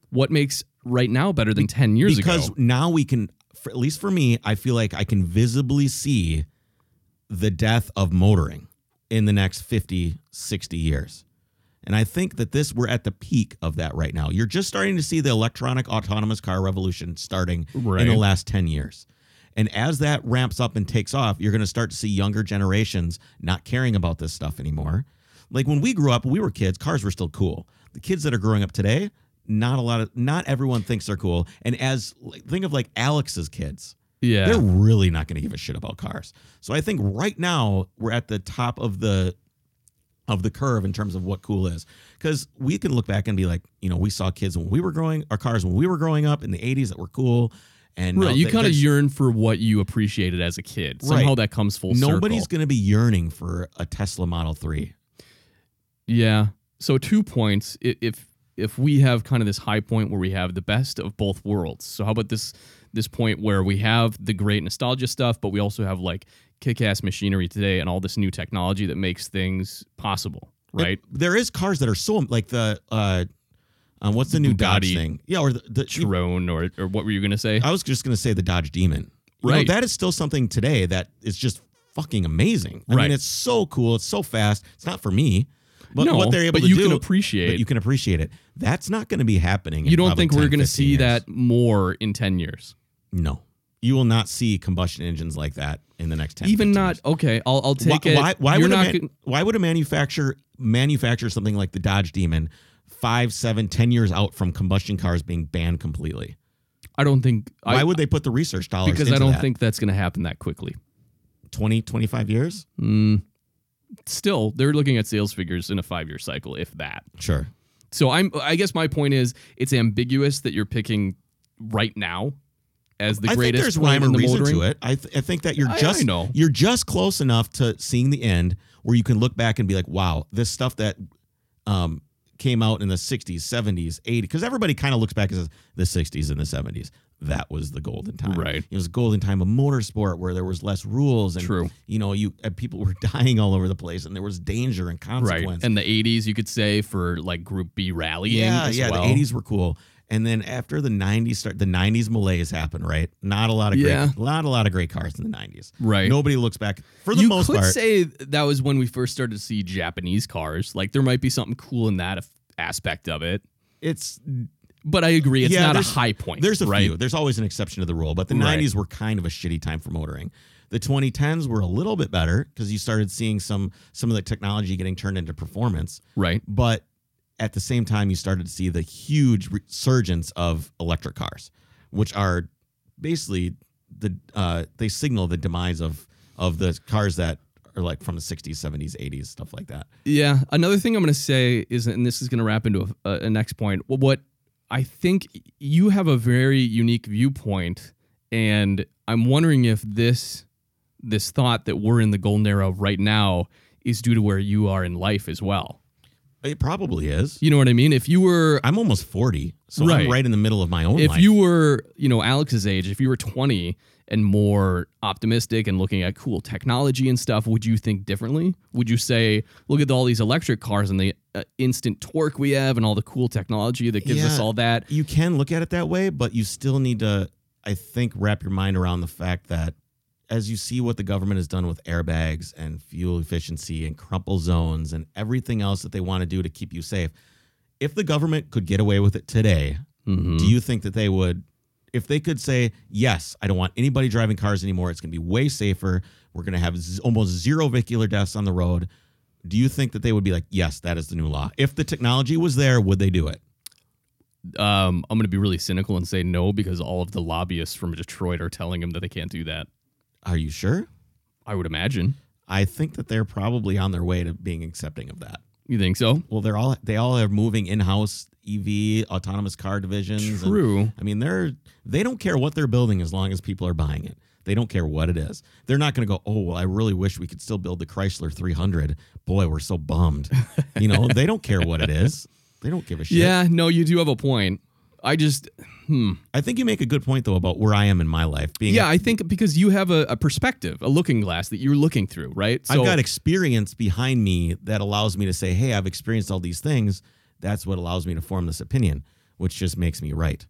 Speaker 2: What makes right now better than 10 years
Speaker 1: because
Speaker 2: ago?
Speaker 1: now we can, for, at least for me, I feel like I can visibly see the death of motoring in the next 50, 60 years. And I think that this, we're at the peak of that right now. You're just starting to see the electronic autonomous car revolution starting in
Speaker 2: Right.
Speaker 1: the last 10 years. And as that ramps up and takes off, you're going to start to see younger generations not caring about this stuff anymore. Like when we grew up, we were kids, cars were still cool. The kids that are growing up today, not a lot of, not everyone thinks they're cool. And as, like, think of like Alex's kids
Speaker 2: Yeah.
Speaker 1: they're really not going to give a shit about cars. So I think right now we're at the top of the of the curve in terms of what cool is because we can look back and be like, you know, we saw kids when we were growing our cars when we were growing up in the '80s that were cool, and
Speaker 2: Right,
Speaker 1: now
Speaker 2: you
Speaker 1: they-
Speaker 2: kind of
Speaker 1: there's-
Speaker 2: yearn for what you appreciated as a kid.
Speaker 1: Right.
Speaker 2: Somehow that comes full
Speaker 1: nobody's
Speaker 2: circle.
Speaker 1: going to be yearning for a Tesla Model Three.
Speaker 2: Yeah. So two points. I- If if we have kind of this high point where we have the best of both worlds. So how about this this point where we have the great nostalgia stuff, but we also have like kick-ass machinery today and all this new technology that makes things possible, right?
Speaker 1: There is cars that are so like the uh, uh what's the new Dodge
Speaker 2: Bugatti.
Speaker 1: thing? Yeah, or the, the
Speaker 2: Drone or or what were you gonna say?
Speaker 1: I was just going to say the Dodge Demon. You know,
Speaker 2: Right.
Speaker 1: that is still something today that is just fucking amazing. I
Speaker 2: Right.
Speaker 1: mean, it's so cool. It's so fast. It's not for me, but
Speaker 2: no,
Speaker 1: what they're able
Speaker 2: but
Speaker 1: to
Speaker 2: you
Speaker 1: do,
Speaker 2: can appreciate.
Speaker 1: but you can appreciate it. That's not going to be happening. in
Speaker 2: you don't
Speaker 1: probably
Speaker 2: think we're
Speaker 1: 10,
Speaker 2: gonna
Speaker 1: 15
Speaker 2: see
Speaker 1: years.
Speaker 2: that more in ten years?
Speaker 1: No, you will not see combustion engines like that in the next ten.
Speaker 2: even
Speaker 1: 15
Speaker 2: not
Speaker 1: years.
Speaker 2: okay. I'll, I'll take
Speaker 1: why,
Speaker 2: it.
Speaker 1: Why, why
Speaker 2: You're
Speaker 1: would a
Speaker 2: not
Speaker 1: man,
Speaker 2: gon-
Speaker 1: why would a manufacturer manufacture something like the Dodge Demon five, seven, ten years out from combustion cars being banned completely?
Speaker 2: I don't think.
Speaker 1: Why
Speaker 2: I,
Speaker 1: would they put the research dollars?
Speaker 2: because
Speaker 1: into
Speaker 2: I don't
Speaker 1: that?
Speaker 2: think that's going to happen that quickly.
Speaker 1: 20, 25 years.
Speaker 2: Mm. Still, they're looking at sales figures in a five-year cycle, if that.
Speaker 1: Sure.
Speaker 2: So I'm. I guess my point is, it's ambiguous that you're picking right now as the
Speaker 1: I think
Speaker 2: greatest
Speaker 1: there's
Speaker 2: point
Speaker 1: rhyme
Speaker 2: in
Speaker 1: and
Speaker 2: the
Speaker 1: reason
Speaker 2: motoring.
Speaker 1: to it. I, th- I think that you're
Speaker 2: I- I
Speaker 1: just
Speaker 2: know.
Speaker 1: you're just close enough to seeing the end where you can look back and be like, wow, this stuff that um, came out in the 60s, 70s, 80s, because everybody kind of looks back and says the 60s and the 70s. That was the golden time.
Speaker 2: Right.
Speaker 1: It was a golden time of motorsport where there was less rules and
Speaker 2: True.
Speaker 1: you know, you and people were dying all over the place and there was danger and
Speaker 2: Right,
Speaker 1: consequence.
Speaker 2: and the '80s, you could say for like Group B rallying.
Speaker 1: yeah,
Speaker 2: as
Speaker 1: yeah,
Speaker 2: well.
Speaker 1: the 80s were cool. And then after the 90s start, the 90s malaise happened, right? Not a lot of great,
Speaker 2: Yeah.
Speaker 1: not a lot of great cars in the 90s.
Speaker 2: Right.
Speaker 1: Nobody looks back for the
Speaker 2: you
Speaker 1: most
Speaker 2: could
Speaker 1: part.
Speaker 2: say that was when we first started to see Japanese cars. Like there might be something cool in that af- aspect of it.
Speaker 1: it's
Speaker 2: But I agree, it's
Speaker 1: Yeah,
Speaker 2: not a
Speaker 1: there's-
Speaker 2: high point.
Speaker 1: there's a
Speaker 2: right?
Speaker 1: few. There's always an exception to the rule, but the
Speaker 2: Right.
Speaker 1: 90s were kind of a shitty time for motoring. The 2010s were a little bit better because you started seeing some some of the technology getting turned into performance.
Speaker 2: Right.
Speaker 1: but at the same time you started to see the huge resurgence of electric cars which are basically the uh, they signal the demise of of the cars that are like from the 60s 70s 80s stuff like that
Speaker 2: Yeah. Another thing I'm going to say is, and this is going to wrap into a, a, a next point. wh- What I think you have a very unique viewpoint, and I'm wondering if this this thought that we're in the golden era of right now is due to where you are in life as well.
Speaker 1: it probably is
Speaker 2: You know what I mean? If you were
Speaker 1: i'm almost 40 so
Speaker 2: Right.
Speaker 1: i'm right in the middle of my own
Speaker 2: if
Speaker 1: life
Speaker 2: you were, you know, Alex's age, if you were 20 and more optimistic and looking at cool technology and stuff, would you think differently? Would you say, look at all these electric cars and the uh, instant torque we have and all the cool technology that gives us
Speaker 1: Yeah.
Speaker 2: all that?
Speaker 1: you can look at it that way but you still need to i think wrap your mind around the fact that as you see what the government has done with airbags and fuel efficiency and crumple zones and everything else that they want to do to keep you safe if the government could get away with it today
Speaker 2: Mhm.
Speaker 1: do you think that they would if they could say yes i don't want anybody driving cars anymore it's going to be way safer we're going to have z- almost zero vehicular deaths on the road do you think that they would be like yes that is the new law if the technology was there would they do it
Speaker 2: Um, I'm going to be really cynical and say no because all of the lobbyists from Detroit are telling him that they can't do that.
Speaker 1: are you sure
Speaker 2: I would imagine.
Speaker 1: I think that they're probably on their way to being accepting of that.
Speaker 2: You think so?
Speaker 1: Well, they're all they all are moving in-house EV autonomous car divisions. and-
Speaker 2: True.
Speaker 1: I mean, they're they don't care what they're building as long as people are buying it. They don't care what it is. They're not going to go, "Oh, well, I really wish we could still build the Chrysler 300." Boy, we're so bummed. You know, they don't care what it is. They don't give a shit.
Speaker 2: Yeah, no, you do have a point. I just, hmm.
Speaker 1: I think you make a good point though about where I am in my life. Being
Speaker 2: Yeah, I think because you have a, a perspective, a looking glass that you're looking through, right?
Speaker 1: I've got experience behind me that allows me to say, hey, I've experienced all these things. That's what allows me to form this opinion, which just makes me right.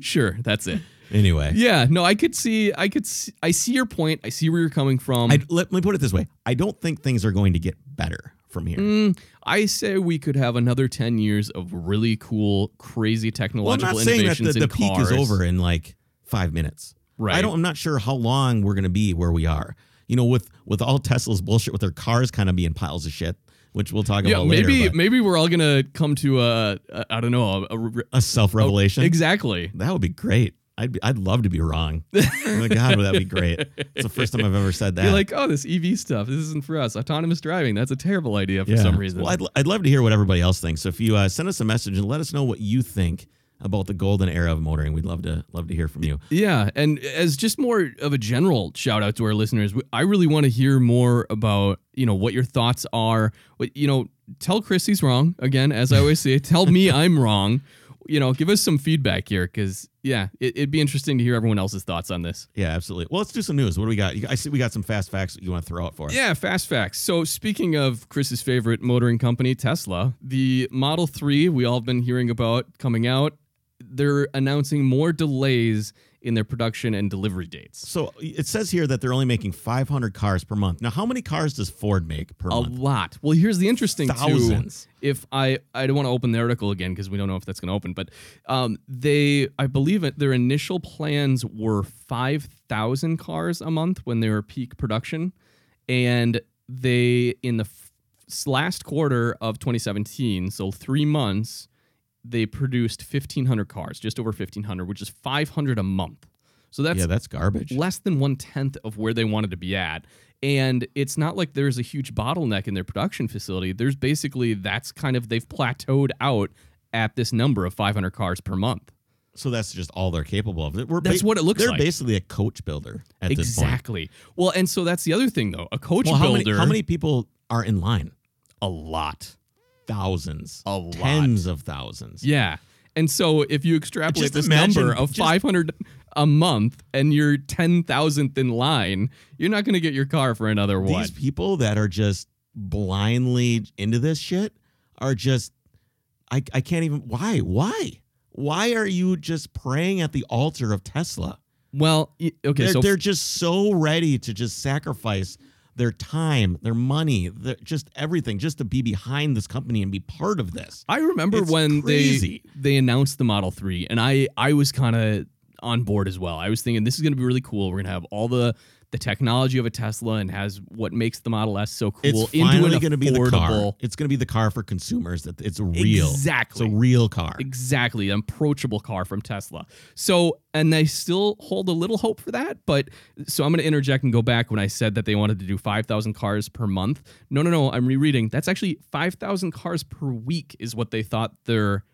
Speaker 2: sure, that's it.
Speaker 1: Anyway,
Speaker 2: Yeah, no, I could see, I could, see, I see your point. I see where you're coming from.
Speaker 1: I, let me put it this way I don't think things are going to get better from here.
Speaker 2: Mm, I say we could have another ten years of really cool, crazy
Speaker 1: well, I'm
Speaker 2: technological
Speaker 1: not saying that
Speaker 2: innovations
Speaker 1: the, the
Speaker 2: in
Speaker 1: peak
Speaker 2: cars.
Speaker 1: is over in like five minutes.
Speaker 2: Right.
Speaker 1: I don't, I'm not sure how long we're going to be where we are. You know, with, with all Tesla's bullshit, with their cars kind of being piles of shit, which we'll talk
Speaker 2: Yeah,
Speaker 1: about
Speaker 2: maybe
Speaker 1: later. but
Speaker 2: maybe we're all gonna come to a, a I don't know, a, a, re-
Speaker 1: a Oh, self revelation.
Speaker 2: exactly.
Speaker 1: That would be great. I'd be, I'd love to be wrong. oh my God, would that be great? It's the first time I've ever said that.
Speaker 2: Be like, oh, this EV stuff, this isn't for us. Autonomous driving, that's a terrible idea for
Speaker 1: Yeah.
Speaker 2: some reason.
Speaker 1: Well, I'd, I'd love to hear what everybody else thinks. So if you uh, send us a message and let us know what you think about the golden era of motoring, we'd love to love to hear from you.
Speaker 2: Yeah, and as just more of a general shout out to our listeners, w- I really want to hear more about you know what your thoughts are. What you know, tell Chris he's wrong again, as I always say. Tell me I'm wrong. You know, give us some feedback here, because yeah, it, it'd be interesting to hear everyone else's thoughts on this.
Speaker 1: Yeah, absolutely. Well, let's do some news. What do we got? You- I see we got some fast facts that you want to throw out for us.
Speaker 2: Yeah, fast facts. So speaking of Chris's favorite motoring company, Tesla, the Model 3 we all have been hearing about coming out, they're announcing more delays in their production and delivery dates.
Speaker 1: So it says here that they're only making 500 cars per month. Now, how many cars does Ford make per
Speaker 2: a
Speaker 1: month?
Speaker 2: lot. Well, here's the interesting too,
Speaker 1: Thousands.
Speaker 2: if I I don't want to open the article again because we don't know if that's going to open, but um, they I believe it, their initial plans were five thousand cars a month when they were peak production, and they in the f- last quarter of 2017, so three months, they produced 1,500 cars, just over 1,500, which is 500 a month. So that's
Speaker 1: yeah, that's garbage.
Speaker 2: less than one tenth of where they wanted to be at. And it's not like there's a huge bottleneck in their production facility. There's basically that's kind of they've plateaued out at this number of 500 cars per month.
Speaker 1: So that's just all they're capable of. We're
Speaker 2: That's what it looks
Speaker 1: they're
Speaker 2: like.
Speaker 1: basically a coach builder at this point.
Speaker 2: exactly. Well, and so that's the other thing though. A coach
Speaker 1: Well, how
Speaker 2: builder,
Speaker 1: many, how many people are in line?
Speaker 2: a lot,
Speaker 1: Thousands.
Speaker 2: a lot.
Speaker 1: Tens of thousands.
Speaker 2: Yeah. And so if you extrapolate
Speaker 1: Just
Speaker 2: this
Speaker 1: imagine-
Speaker 2: number of
Speaker 1: just-
Speaker 2: 500 a month and you're 10,000th in line, you're not going to get your car for another one.
Speaker 1: These people that are just blindly into this shit are just I, I can't even. Why? Why? Why are you just praying at the altar of Tesla?
Speaker 2: Well, y- okay,
Speaker 1: they're,
Speaker 2: so
Speaker 1: they're just so ready to just sacrifice their time, their money, their, just everything, just to be behind this company and be part of this.
Speaker 2: I remember
Speaker 1: It's
Speaker 2: when
Speaker 1: crazy.
Speaker 2: they they announced the Model 3 and I I was kind of on board as well. I was thinking this is going to be really cool. We're going to have all the the technology of a Tesla and has what makes the Model S so cool
Speaker 1: It's finally
Speaker 2: an
Speaker 1: going to be the car.
Speaker 2: affordable-
Speaker 1: It's going to be the car for consumers. That it's real. It's
Speaker 2: Exactly.
Speaker 1: a real car.
Speaker 2: Exactly, an approachable car from Tesla. So, and I still hold a little hope for that. But so I'm going to interject and go back when I said that they wanted to do 5,000 cars per month. No, no, no. I'm rereading. That's actually 5,000 cars per week is what they thought their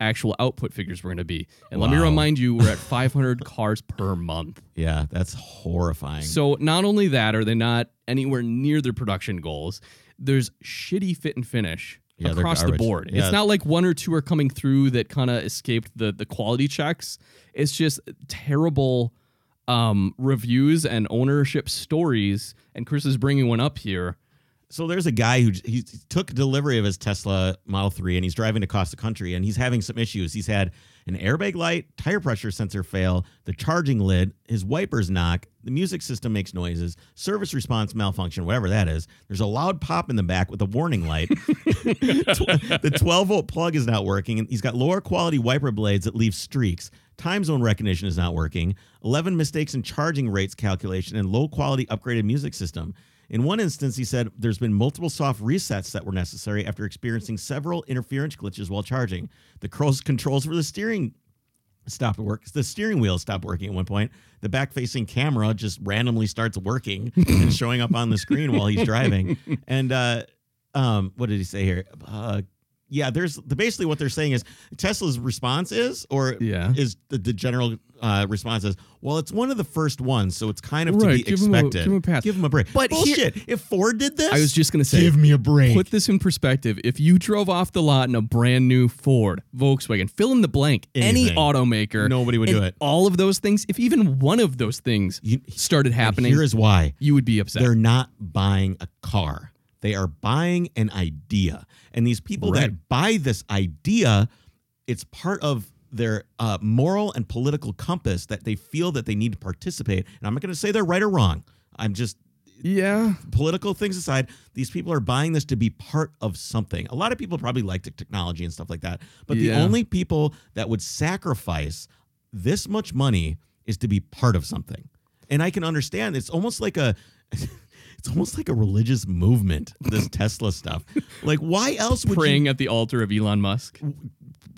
Speaker 2: actual output figures were going to be. And let me
Speaker 1: Wow.
Speaker 2: remind you, we're at 500 cars per month.
Speaker 1: Yeah, that's horrifying.
Speaker 2: So not only that are they not anywhere near their production goals, there's shitty fit and finish
Speaker 1: Yeah, they're
Speaker 2: across the
Speaker 1: garbage.
Speaker 2: board.
Speaker 1: Yeah.
Speaker 2: It's not like one or two are coming through that kind of escaped the the quality checks. It's just terrible um, reviews and ownership stories. And Chris is bringing one up here.
Speaker 1: So there's a guy who he took delivery of his Tesla Model 3 and he's driving across the country and he's having some issues. He's had an airbag light, tire pressure sensor fail, the charging lid, his wipers knock, the music system makes noises, service response malfunction, whatever that is. There's a loud pop in the back with a warning light. Tw- the 12 volt plug is not working and he's got lower quality wiper blades that leave streaks. Time zone recognition is not working. 11 mistakes in charging rates calculation and low quality upgraded music system. In one instance, he said there's been multiple soft resets that were necessary after experiencing several interference glitches while charging. The cross controls for the steering stopped work. The steering wheel stopped working at one point. The back facing camera just randomly starts working and showing up on the screen while he's driving. And uh, um, what did he say here? Uh, yeah, there's the, basically what they're saying is Tesla's response is, or
Speaker 2: Yeah.
Speaker 1: is the, the general uh, response is, well, it's one of the first ones, so it's kind of to
Speaker 2: Right,
Speaker 1: be
Speaker 2: give 'em a-
Speaker 1: expected.
Speaker 2: give 'em a pass.
Speaker 1: Give 'em a break.
Speaker 2: But here-
Speaker 1: bullshit. if Ford did this,
Speaker 2: I was just gonna say
Speaker 1: me a break.
Speaker 2: Put this in perspective. If you drove off the lot in a brand new Ford, Volkswagen, fill in the blank, any
Speaker 1: Anything.
Speaker 2: automaker,
Speaker 1: Nobody would
Speaker 2: and
Speaker 1: do it.
Speaker 2: All of those things, if even one of those things
Speaker 1: You-
Speaker 2: started happening,
Speaker 1: Here is why.
Speaker 2: you would be upset.
Speaker 1: They're not buying a car. They are buying an idea. And these people that buy this idea, it's part of their uh, moral and political compass that they feel that they need to participate. And I'm not going to say they're right or wrong. I'm just
Speaker 2: Yeah.
Speaker 1: political things aside, these people are buying this to be part of something. A lot of people probably like the technology and stuff like that, but the
Speaker 2: Yeah.
Speaker 1: only people that would sacrifice this much money is to be part of something. And I can understand it's almost like a it's almost like a religious movement this Tesla stuff. Like why else would
Speaker 2: Praying at the altar of Elon Musk.
Speaker 1: you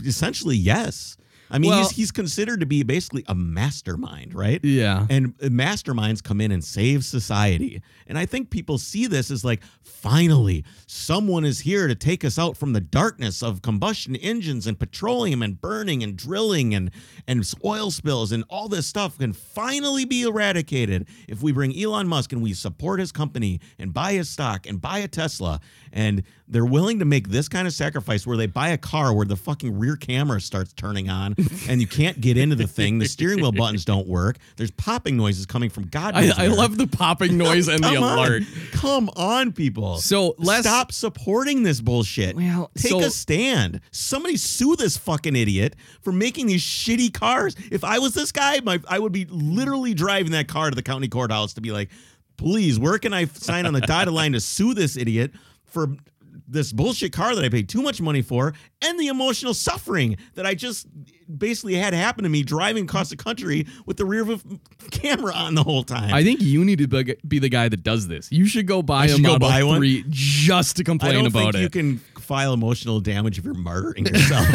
Speaker 1: essentially yes. I mean,
Speaker 2: Well-
Speaker 1: he's, he's considered to be basically a mastermind, right?
Speaker 2: Yeah.
Speaker 1: and masterminds come in and save society. And I think people see this as like, finally, someone is here to take us out from the darkness of combustion engines and petroleum and burning and drilling and and oil spills and all this stuff can finally be eradicated if we bring Elon Musk and we support his company and buy his stock and buy a Tesla. And they're willing to make this kind of sacrifice where they buy a car where the fucking rear camera starts turning on and you can't get into the thing. The steering wheel buttons don't work. There's popping noises coming from God.
Speaker 2: I,
Speaker 1: knows
Speaker 2: I
Speaker 1: where.
Speaker 2: love the popping noise and the
Speaker 1: Come on.
Speaker 2: alert.
Speaker 1: Come on, people.
Speaker 2: So let's
Speaker 1: Stop supporting this bullshit.
Speaker 2: Well,
Speaker 1: Take
Speaker 2: so-
Speaker 1: a stand. Somebody sue this fucking idiot for making these shitty cars. If I was this guy, my, I would be literally driving that car to the county courthouse to be like, please, where can I sign on the dotted line to sue this idiot for this bullshit car that I paid too much money for and the emotional suffering that I just basically had happen to me driving across the country with the rear view camera on the whole time.
Speaker 2: I think you need to be- be the guy that does this. You should go buy a
Speaker 1: should go
Speaker 2: Model
Speaker 1: buy one?
Speaker 2: 3 just to
Speaker 1: I
Speaker 2: complain
Speaker 1: don't
Speaker 2: about
Speaker 1: think
Speaker 2: it.
Speaker 1: you can file emotional damage if you're murdering yourself.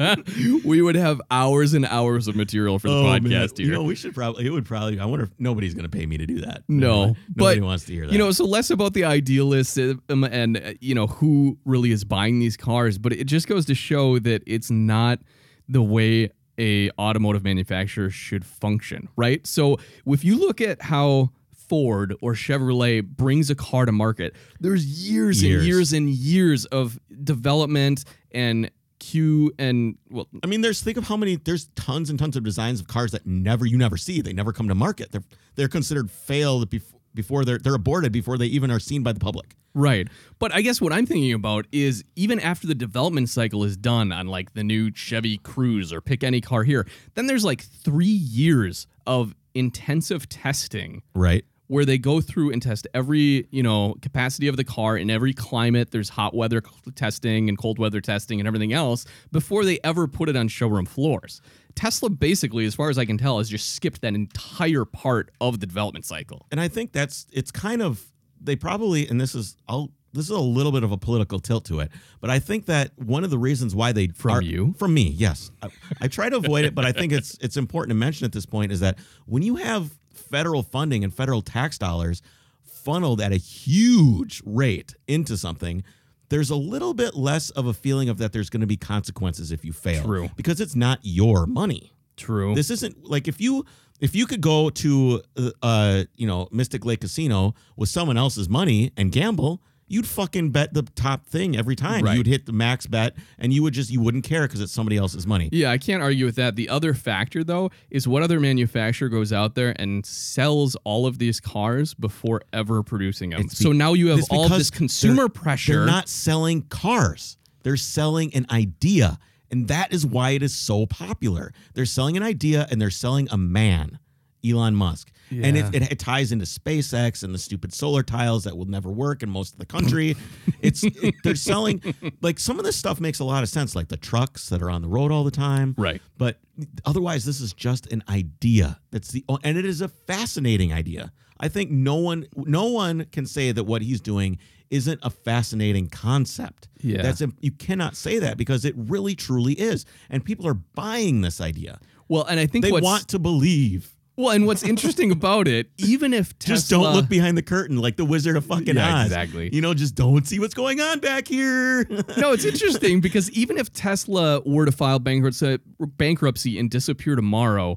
Speaker 2: we would have hours and hours of material for the
Speaker 1: Oh, man.
Speaker 2: podcast here.
Speaker 1: You know, we should probably. It would probably. I wonder if nobody's going to pay me to do that.
Speaker 2: No,
Speaker 1: nobody,
Speaker 2: but,
Speaker 1: nobody wants to hear that.
Speaker 2: you know, so less about the idealists um, and uh, you know who really is buying these cars, but it just goes to show that it's not the way a automotive manufacturer should function, right? So if you look at how Ford or Chevrolet brings a car to market, there's years,
Speaker 1: Years.
Speaker 2: and years and years of development and Q and well,
Speaker 1: I mean, there's think of how many. There's tons and tons of designs of cars that never you never see. They never come to market. They're they're considered failed before. before they're they're aborted before they even are seen by the public.
Speaker 2: Right. But I guess what I'm thinking about is even after the development cycle is done on like the new Chevy Cruise or pick any car here, then there's like three years of intensive testing
Speaker 1: Right.
Speaker 2: where they go through and test every, you know, capacity of the car in every climate. There's hot weather c- testing and cold weather testing and everything else before they ever put it on showroom floors. Tesla basically, as far as I can tell, has just skipped that entire part of the development cycle.
Speaker 1: And I think that's it's kind of they probably and this is I'll this is a little bit of a political tilt to it, but I think that one of the reasons why they
Speaker 2: From
Speaker 1: are-
Speaker 2: you?
Speaker 1: from me, yes, I, I try to avoid it, but I think it's it's important to mention at this point is that when you have federal funding and federal tax dollars funneled at a huge rate into something. There's a little bit less of a feeling of that there's going to be consequences if you fail,
Speaker 2: True.
Speaker 1: because it's not your money.
Speaker 2: True.
Speaker 1: This isn't like if you if you could go to uh, uh you know Mystic Lake Casino with someone else's money and gamble, you'd fucking bet the top thing every time.
Speaker 2: Right.
Speaker 1: You'd hit the max bet and you would just you wouldn't care because it's somebody else's money.
Speaker 2: Yeah, I can't argue with that. The other factor, though, is what other manufacturer goes out there and sells all of these cars before ever producing them.
Speaker 1: It's be-
Speaker 2: so now you have
Speaker 1: It's
Speaker 2: all
Speaker 1: because
Speaker 2: this consumer
Speaker 1: they're-
Speaker 2: pressure.
Speaker 1: They're not selling cars. They're selling an idea. And that is why it is so popular. They're selling an idea and they're selling a man, Elon Musk. And it, it, it ties into SpaceX and the stupid solar tiles that will never work in most of the country. it's it- they're selling like some of this stuff makes a lot of sense, like the trucks that are on the road all the time.
Speaker 2: Right.
Speaker 1: But otherwise, this is just an idea. That's the and it is a fascinating idea. I think no one no one can say that what he's doing isn't a fascinating concept.
Speaker 2: Yeah.
Speaker 1: That's a, you cannot say that because it really truly is, and people are buying this idea.
Speaker 2: Well, and I think
Speaker 1: They
Speaker 2: what's
Speaker 1: want to believe.
Speaker 2: well, and what's interesting about it, even if Tesla,
Speaker 1: Just don't look behind the curtain like the Wizard of fucking
Speaker 2: Yeah,
Speaker 1: Oz.
Speaker 2: exactly.
Speaker 1: You know, just don't see what's going on back here.
Speaker 2: no, it's interesting because even if Tesla were to file bankruptcy, bankruptcy and disappear tomorrow,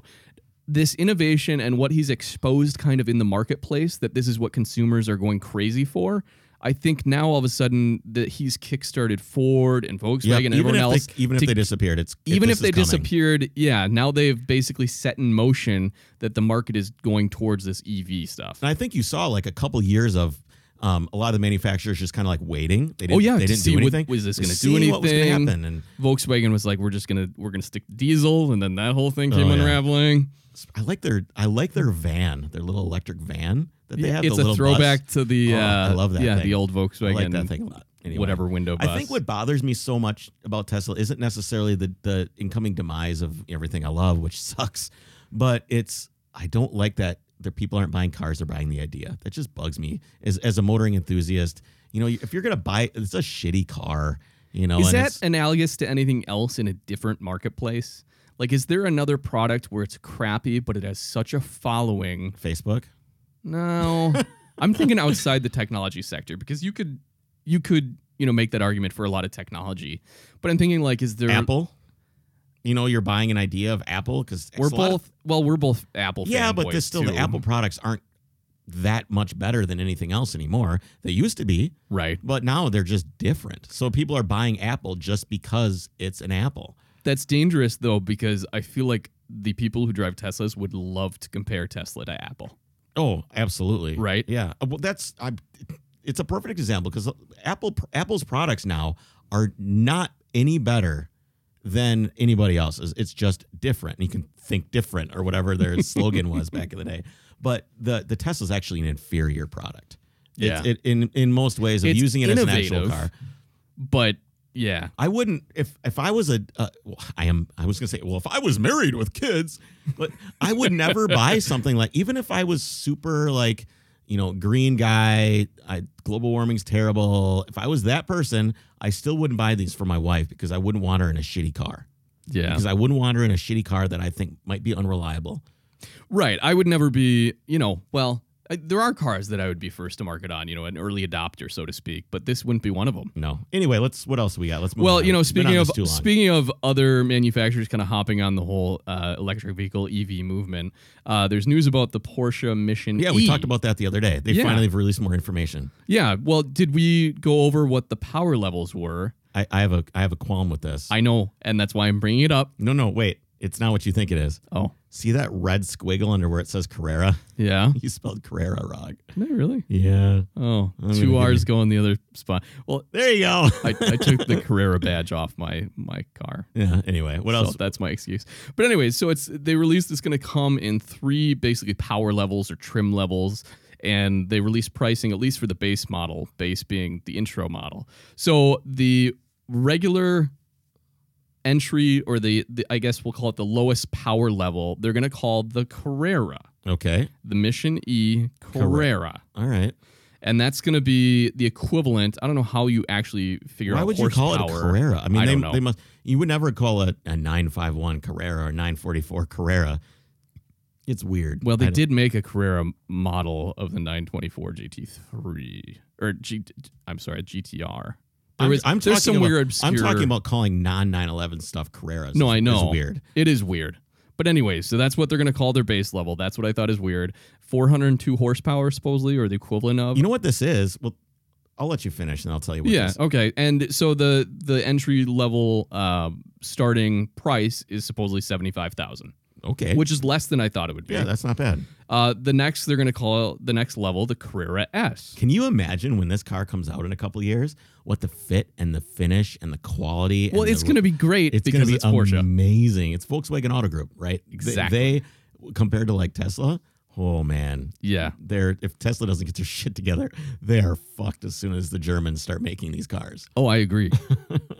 Speaker 2: this innovation and what he's exposed kind of in the marketplace that this is what consumers are going crazy for. I think now all of a sudden that he's kickstarted Ford and Volkswagen
Speaker 1: Yep,
Speaker 2: and
Speaker 1: even
Speaker 2: everyone
Speaker 1: if
Speaker 2: else.
Speaker 1: they, even if
Speaker 2: to-
Speaker 1: they disappeared, it's
Speaker 2: even
Speaker 1: this
Speaker 2: if they
Speaker 1: is coming.
Speaker 2: disappeared, yeah, now they've basically set in motion that the market is going towards this EV stuff.
Speaker 1: And I think you saw like a couple years of um, a lot of the manufacturers just kind of like waiting. They didn't,
Speaker 2: Oh, yeah,
Speaker 1: they
Speaker 2: to
Speaker 1: didn't
Speaker 2: see
Speaker 1: do
Speaker 2: what-
Speaker 1: anything.
Speaker 2: was this
Speaker 1: Just
Speaker 2: gonna do
Speaker 1: seeing What was gonna
Speaker 2: anything?
Speaker 1: happen? And
Speaker 2: Volkswagen was like, we're just gonna we're gonna stick to diesel, and then that whole thing came
Speaker 1: Oh, yeah.
Speaker 2: unraveling.
Speaker 1: I like their I like their van, their little electric van that they have.
Speaker 2: it's
Speaker 1: the
Speaker 2: a
Speaker 1: little
Speaker 2: throwback
Speaker 1: Bus.
Speaker 2: to the
Speaker 1: Oh,
Speaker 2: uh,
Speaker 1: I love that
Speaker 2: yeah
Speaker 1: thing.
Speaker 2: the old Volkswagen
Speaker 1: I like that thing a lot. Anyway.
Speaker 2: whatever window bus.
Speaker 1: I think what bothers me so much about Tesla isn't necessarily the the incoming demise of everything I love, which sucks, but it's I don't like that the people aren't buying cars; they're buying the idea. That just bugs me as as a motoring enthusiast. You know, if you're gonna buy, it's a shitty car. You know,
Speaker 2: is
Speaker 1: and
Speaker 2: that
Speaker 1: it's-
Speaker 2: analogous to anything else in a different marketplace? Like, is there another product where it's crappy but it has such a following?
Speaker 1: Facebook?
Speaker 2: No, I'm thinking outside the technology sector because you could you could you know make that argument for a lot of technology, but I'm thinking like, is there
Speaker 1: Apple. You know, you're buying an idea of Apple because
Speaker 2: We're both well, we're both Apple.
Speaker 1: yeah, but
Speaker 2: fanboys,
Speaker 1: this still
Speaker 2: too.
Speaker 1: the Apple products aren't that much better than anything else anymore. They used to be,
Speaker 2: right?
Speaker 1: but now they're just different. So people are buying Apple just because it's an Apple.
Speaker 2: That's dangerous though because I feel like the people who drive Teslas would love to compare Tesla to Apple.
Speaker 1: Oh, absolutely.
Speaker 2: Right.
Speaker 1: Yeah. Uh, Well, that's I. It's a perfect example because Apple Apple's products now are not any better than anybody else's. It's just different, and you can think different or whatever their slogan was back in the day. But the the Tesla's actually an inferior product. It's,
Speaker 2: Yeah.
Speaker 1: it, in in most ways of
Speaker 2: It's
Speaker 1: using it as an actual
Speaker 2: innovative.
Speaker 1: car.
Speaker 2: But yeah,
Speaker 1: I wouldn't if if I was a uh, well, I am I was gonna say well if I was married with kids, but I would never buy something like even if I was super like you know green guy. I global warming's terrible. If I was that person, I still wouldn't buy these for my wife because I wouldn't want her in a shitty car.
Speaker 2: yeah.
Speaker 1: Because I wouldn't want her in a shitty car that I think might be unreliable.
Speaker 2: Right. I would never be, you know, well, I, there are cars that I would be first to market on, you know, an early adopter, so to speak, but this wouldn't be one of them.
Speaker 1: No. Anyway, let's what else we got? Let's move
Speaker 2: Well,
Speaker 1: on.
Speaker 2: you know,
Speaker 1: We've been
Speaker 2: speaking
Speaker 1: on
Speaker 2: of
Speaker 1: this too long.
Speaker 2: speaking of other manufacturers kind of hopping on the whole uh, electric vehicle EV movement, uh, there's news about the Porsche Mission.
Speaker 1: yeah, we
Speaker 2: E.
Speaker 1: talked about that the other day. They
Speaker 2: Yeah.
Speaker 1: finally released more information.
Speaker 2: Yeah, well, did we go over what the power levels were?
Speaker 1: I, I have a I have a qualm with this.
Speaker 2: I know, and that's why I'm bringing it up.
Speaker 1: No, no, wait. It's not what you think it is.
Speaker 2: Oh,
Speaker 1: See that red squiggle under where it says Carrera?
Speaker 2: yeah.
Speaker 1: You spelled Carrera wrong.
Speaker 2: No, really?
Speaker 1: Yeah.
Speaker 2: Oh,
Speaker 1: I'm gonna
Speaker 2: two
Speaker 1: give
Speaker 2: R's going the other spot. Well,
Speaker 1: There you go.
Speaker 2: I, I took the Carrera badge off my my car.
Speaker 1: yeah. Anyway, what
Speaker 2: So
Speaker 1: else?
Speaker 2: that's my excuse. But anyways, so it's they released it's going to come in three basically power levels or trim levels, and they release pricing at least for the base model, base being the intro model. So the regular entry or the, the I guess we'll call it the lowest power level, they're going to call the Carrera,
Speaker 1: Okay.
Speaker 2: the Mission E Carrera.
Speaker 1: All right.
Speaker 2: And that's going to be the equivalent. I don't know how you actually figure
Speaker 1: Why
Speaker 2: out
Speaker 1: would you
Speaker 2: horsepower.
Speaker 1: call it a Carrera? I mean,
Speaker 2: I
Speaker 1: they,
Speaker 2: don't know.
Speaker 1: they must. You would never call it a 951 Carrera or 944 Carrera. It's weird.
Speaker 2: Well, they
Speaker 1: I-
Speaker 2: did make a Carrera model of the 924 GT3 or G. I'm sorry, GTR. There
Speaker 1: I'm,
Speaker 2: was-
Speaker 1: I'm
Speaker 2: there's some
Speaker 1: talking about,
Speaker 2: weird
Speaker 1: I'm
Speaker 2: obscure-
Speaker 1: talking about calling non 911 stuff Carreras.
Speaker 2: No, I
Speaker 1: It's
Speaker 2: know.
Speaker 1: weird.
Speaker 2: It is weird. But anyway, so that's what they're going to call their base level. That's what I thought is weird. 402 horsepower, supposedly, or the equivalent of.
Speaker 1: You know what this is? Well, I'll let you finish and I'll tell you what
Speaker 2: yeah.
Speaker 1: this
Speaker 2: Okay. And so the the entry level um, starting price is supposedly seventy five thousand,
Speaker 1: Okay.
Speaker 2: which is less than I thought it would be.
Speaker 1: yeah, that's not bad.
Speaker 2: Uh, the next they're going to call the next level the Carrera S.
Speaker 1: Can you imagine when this car comes out in a couple of years? What the fit and the finish and the quality.
Speaker 2: Well,
Speaker 1: and
Speaker 2: it's
Speaker 1: the-
Speaker 2: going to be great
Speaker 1: it's
Speaker 2: because
Speaker 1: gonna be
Speaker 2: it's Porsche.
Speaker 1: amazing. It's Volkswagen Auto Group, right? They-
Speaker 2: Exactly.
Speaker 1: They, compared to like Tesla. Oh man,
Speaker 2: Yeah.
Speaker 1: they're if Tesla doesn't get their shit together, they are fucked as soon as the Germans start making these cars.
Speaker 2: Oh, I agree.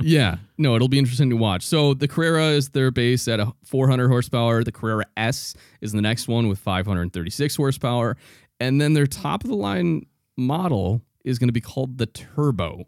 Speaker 2: yeah. No, it'll be interesting to watch. So the Carrera is their base at a 400 horsepower. The Carrera S is the next one with 536 horsepower, and then their top of the line model is going to be called the Turbo.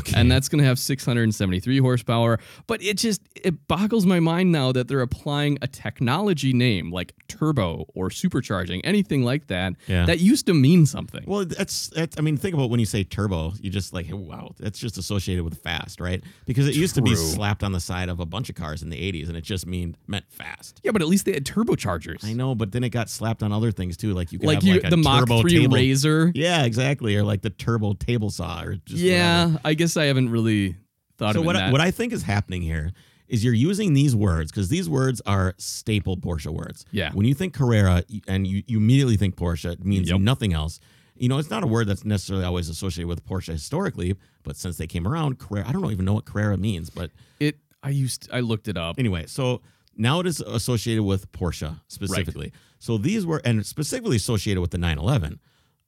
Speaker 1: Okay.
Speaker 2: and that's going to have 673 horsepower. But it just it boggles my mind now that they're applying a technology name like turbo or supercharging, anything like that,
Speaker 1: Yeah.
Speaker 2: that used to mean something.
Speaker 1: well, that's, that's I mean, think about when you say turbo, you just like wow, that's just associated with fast, right? Because it used to be
Speaker 2: True.
Speaker 1: slapped on the side of a bunch of cars in the 80s and it just mean meant fast.
Speaker 2: yeah, but at least they had turbochargers.
Speaker 1: I know, but then it got slapped on other things too, like you could
Speaker 2: Like
Speaker 1: have
Speaker 2: you,
Speaker 1: like a
Speaker 2: the Mach
Speaker 1: turbo
Speaker 2: 3
Speaker 1: table.
Speaker 2: Razor.
Speaker 1: Yeah, exactly, or like the turbo table saw, or just
Speaker 2: yeah,
Speaker 1: whatever.
Speaker 2: I guess I haven't really thought
Speaker 1: So
Speaker 2: of it.
Speaker 1: what
Speaker 2: in
Speaker 1: I,
Speaker 2: that.
Speaker 1: what I think is happening here is you're using these words because these words are staple Porsche words.
Speaker 2: Yeah.
Speaker 1: When you think Carrera y- and you, you immediately think Porsche, it means
Speaker 2: Yep.
Speaker 1: nothing else. You know, it's not a word that's necessarily always associated with Porsche historically, but since they came around, Carrera, I don't even know what Carrera means, but
Speaker 2: it I used I looked it up.
Speaker 1: anyway, so now it is associated with Porsche specifically. So these were and specifically associated with the 911.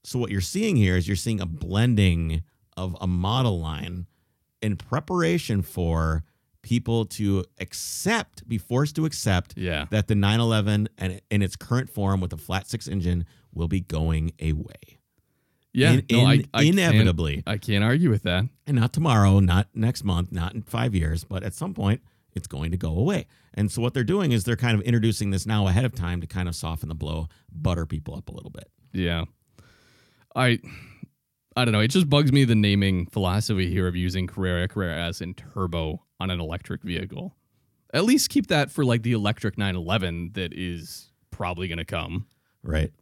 Speaker 1: So what you're seeing here is you're seeing a blending of a model line in preparation for people to accept, be forced to accept
Speaker 2: Yeah.
Speaker 1: that the 911 and in its current form with a flat six engine will be going away.
Speaker 2: Yeah.
Speaker 1: In-
Speaker 2: no, I,
Speaker 1: in-
Speaker 2: I
Speaker 1: inevitably.
Speaker 2: Can't, I can't argue with that.
Speaker 1: And not tomorrow, not next month, not in five years, but at some point, it's going to go away. And so what they're doing is they're kind of introducing this now ahead of time to kind of soften the blow, butter people up a little bit.
Speaker 2: Yeah. I I don't know. It just bugs me the naming philosophy here of using Carrera, Carrera S, and Turbo on an electric vehicle. At least keep that for like the electric 911 that is probably going to come.
Speaker 1: Right.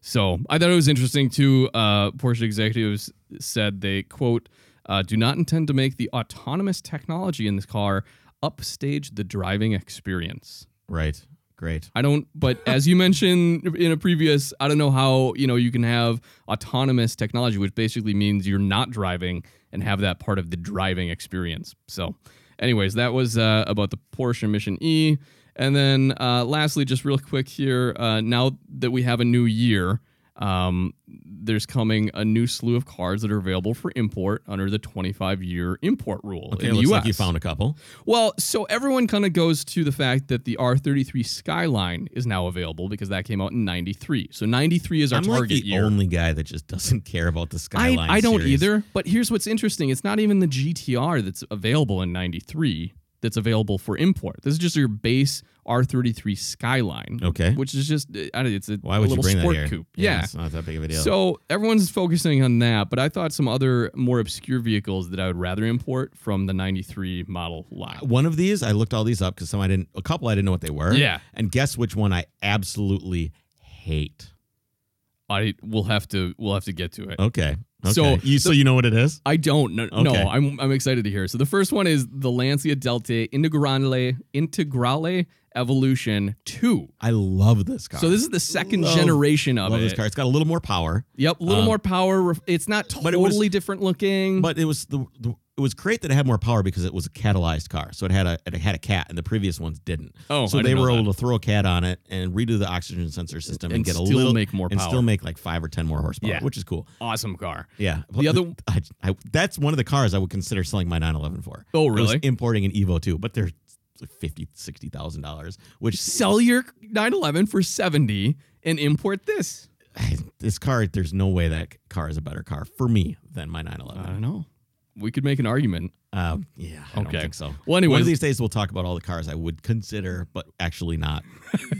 Speaker 2: So I thought it was interesting too. Uh, Porsche executives said they quote uh, do not intend to make the autonomous technology in this car upstage the driving experience.
Speaker 1: Right. Great.
Speaker 2: I don't, but as you mentioned in a previous, I don't know how, you know, you can have autonomous technology, which basically means you're not driving and have that part of the driving experience. So, anyways, that was uh, about the Porsche Mission E. And then uh, lastly, just real quick here, uh, now that we have a new year, um, there's coming a new slew of cars that are available for import under the 25 year import rule
Speaker 1: Okay,
Speaker 2: in the
Speaker 1: looks
Speaker 2: US.
Speaker 1: like you found a couple.
Speaker 2: Well, so everyone kind of goes to the fact that the R33 Skyline is now available because that came out in 93. So 93 is our
Speaker 1: I'm like
Speaker 2: target
Speaker 1: the
Speaker 2: year.
Speaker 1: only guy that just doesn't care about the
Speaker 2: I,
Speaker 1: skyline.
Speaker 2: I don't
Speaker 1: series.
Speaker 2: either, but here's what's interesting. It's not even the GTR that's available in 93 that's available for import. This is just your base R33 Skyline.
Speaker 1: Okay.
Speaker 2: Which is just I don't, it's a,
Speaker 1: Why would
Speaker 2: a
Speaker 1: you
Speaker 2: little
Speaker 1: bring
Speaker 2: sport
Speaker 1: that here?
Speaker 2: coupe. Yeah.
Speaker 1: it's not that big of a deal.
Speaker 2: So everyone's focusing on that, but I thought some other more obscure vehicles that I would rather import from the 93 model line.
Speaker 1: one of these, I looked all these up because some I didn't, a couple I didn't know what they were.
Speaker 2: Yeah.
Speaker 1: And guess which one I absolutely hate.
Speaker 2: I will have to we'll have to get to it.
Speaker 1: Okay. okay.
Speaker 2: So-
Speaker 1: you so you know what it is?
Speaker 2: Oh. I don't no, no
Speaker 1: Okay.
Speaker 2: I'm I'm excited to hear. So the first one is the Lancia Delta Integrale Integrale Evolution 2.
Speaker 1: I love this car.
Speaker 2: So this is the second
Speaker 1: Love-
Speaker 2: generation of
Speaker 1: love
Speaker 2: it.
Speaker 1: this car. It's got a little more power,
Speaker 2: Yep, a little
Speaker 1: Um,
Speaker 2: more power. ref- It's not
Speaker 1: but it was-
Speaker 2: totally different looking.
Speaker 1: but it was the, the it was great that it had more power because it was a catalyzed car. So it had a it had a cat, and the previous ones didn't.
Speaker 2: oh,
Speaker 1: so
Speaker 2: I
Speaker 1: they
Speaker 2: didn't know
Speaker 1: were
Speaker 2: that.
Speaker 1: able to throw a cat on it and redo the oxygen sensor system and,
Speaker 2: And
Speaker 1: get a
Speaker 2: still
Speaker 1: little
Speaker 2: make more
Speaker 1: and
Speaker 2: power.
Speaker 1: still make like five or ten more horsepower,
Speaker 2: Yeah.
Speaker 1: which is cool.
Speaker 2: awesome car.
Speaker 1: Yeah,
Speaker 2: The other
Speaker 1: I, I, that's one of the cars I would consider selling my 911 for.
Speaker 2: Oh,
Speaker 1: I was
Speaker 2: really?
Speaker 1: importing an Evo too, but they're fifty, sixty thousand dollars. Which
Speaker 2: Sell your 911 for 70 and import this.
Speaker 1: this car, there's no way that car is a better car for me than my
Speaker 2: I
Speaker 1: 911.
Speaker 2: don't know. We could make an argument.
Speaker 1: Um, yeah, I
Speaker 2: Okay.
Speaker 1: don't think so.
Speaker 2: Well,
Speaker 1: One
Speaker 2: anyways,
Speaker 1: of these days we'll talk about all the cars I would consider, but actually not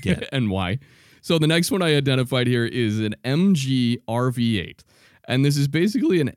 Speaker 1: get.
Speaker 2: and why. So the next one I identified here is an MG RV8. And this is basically an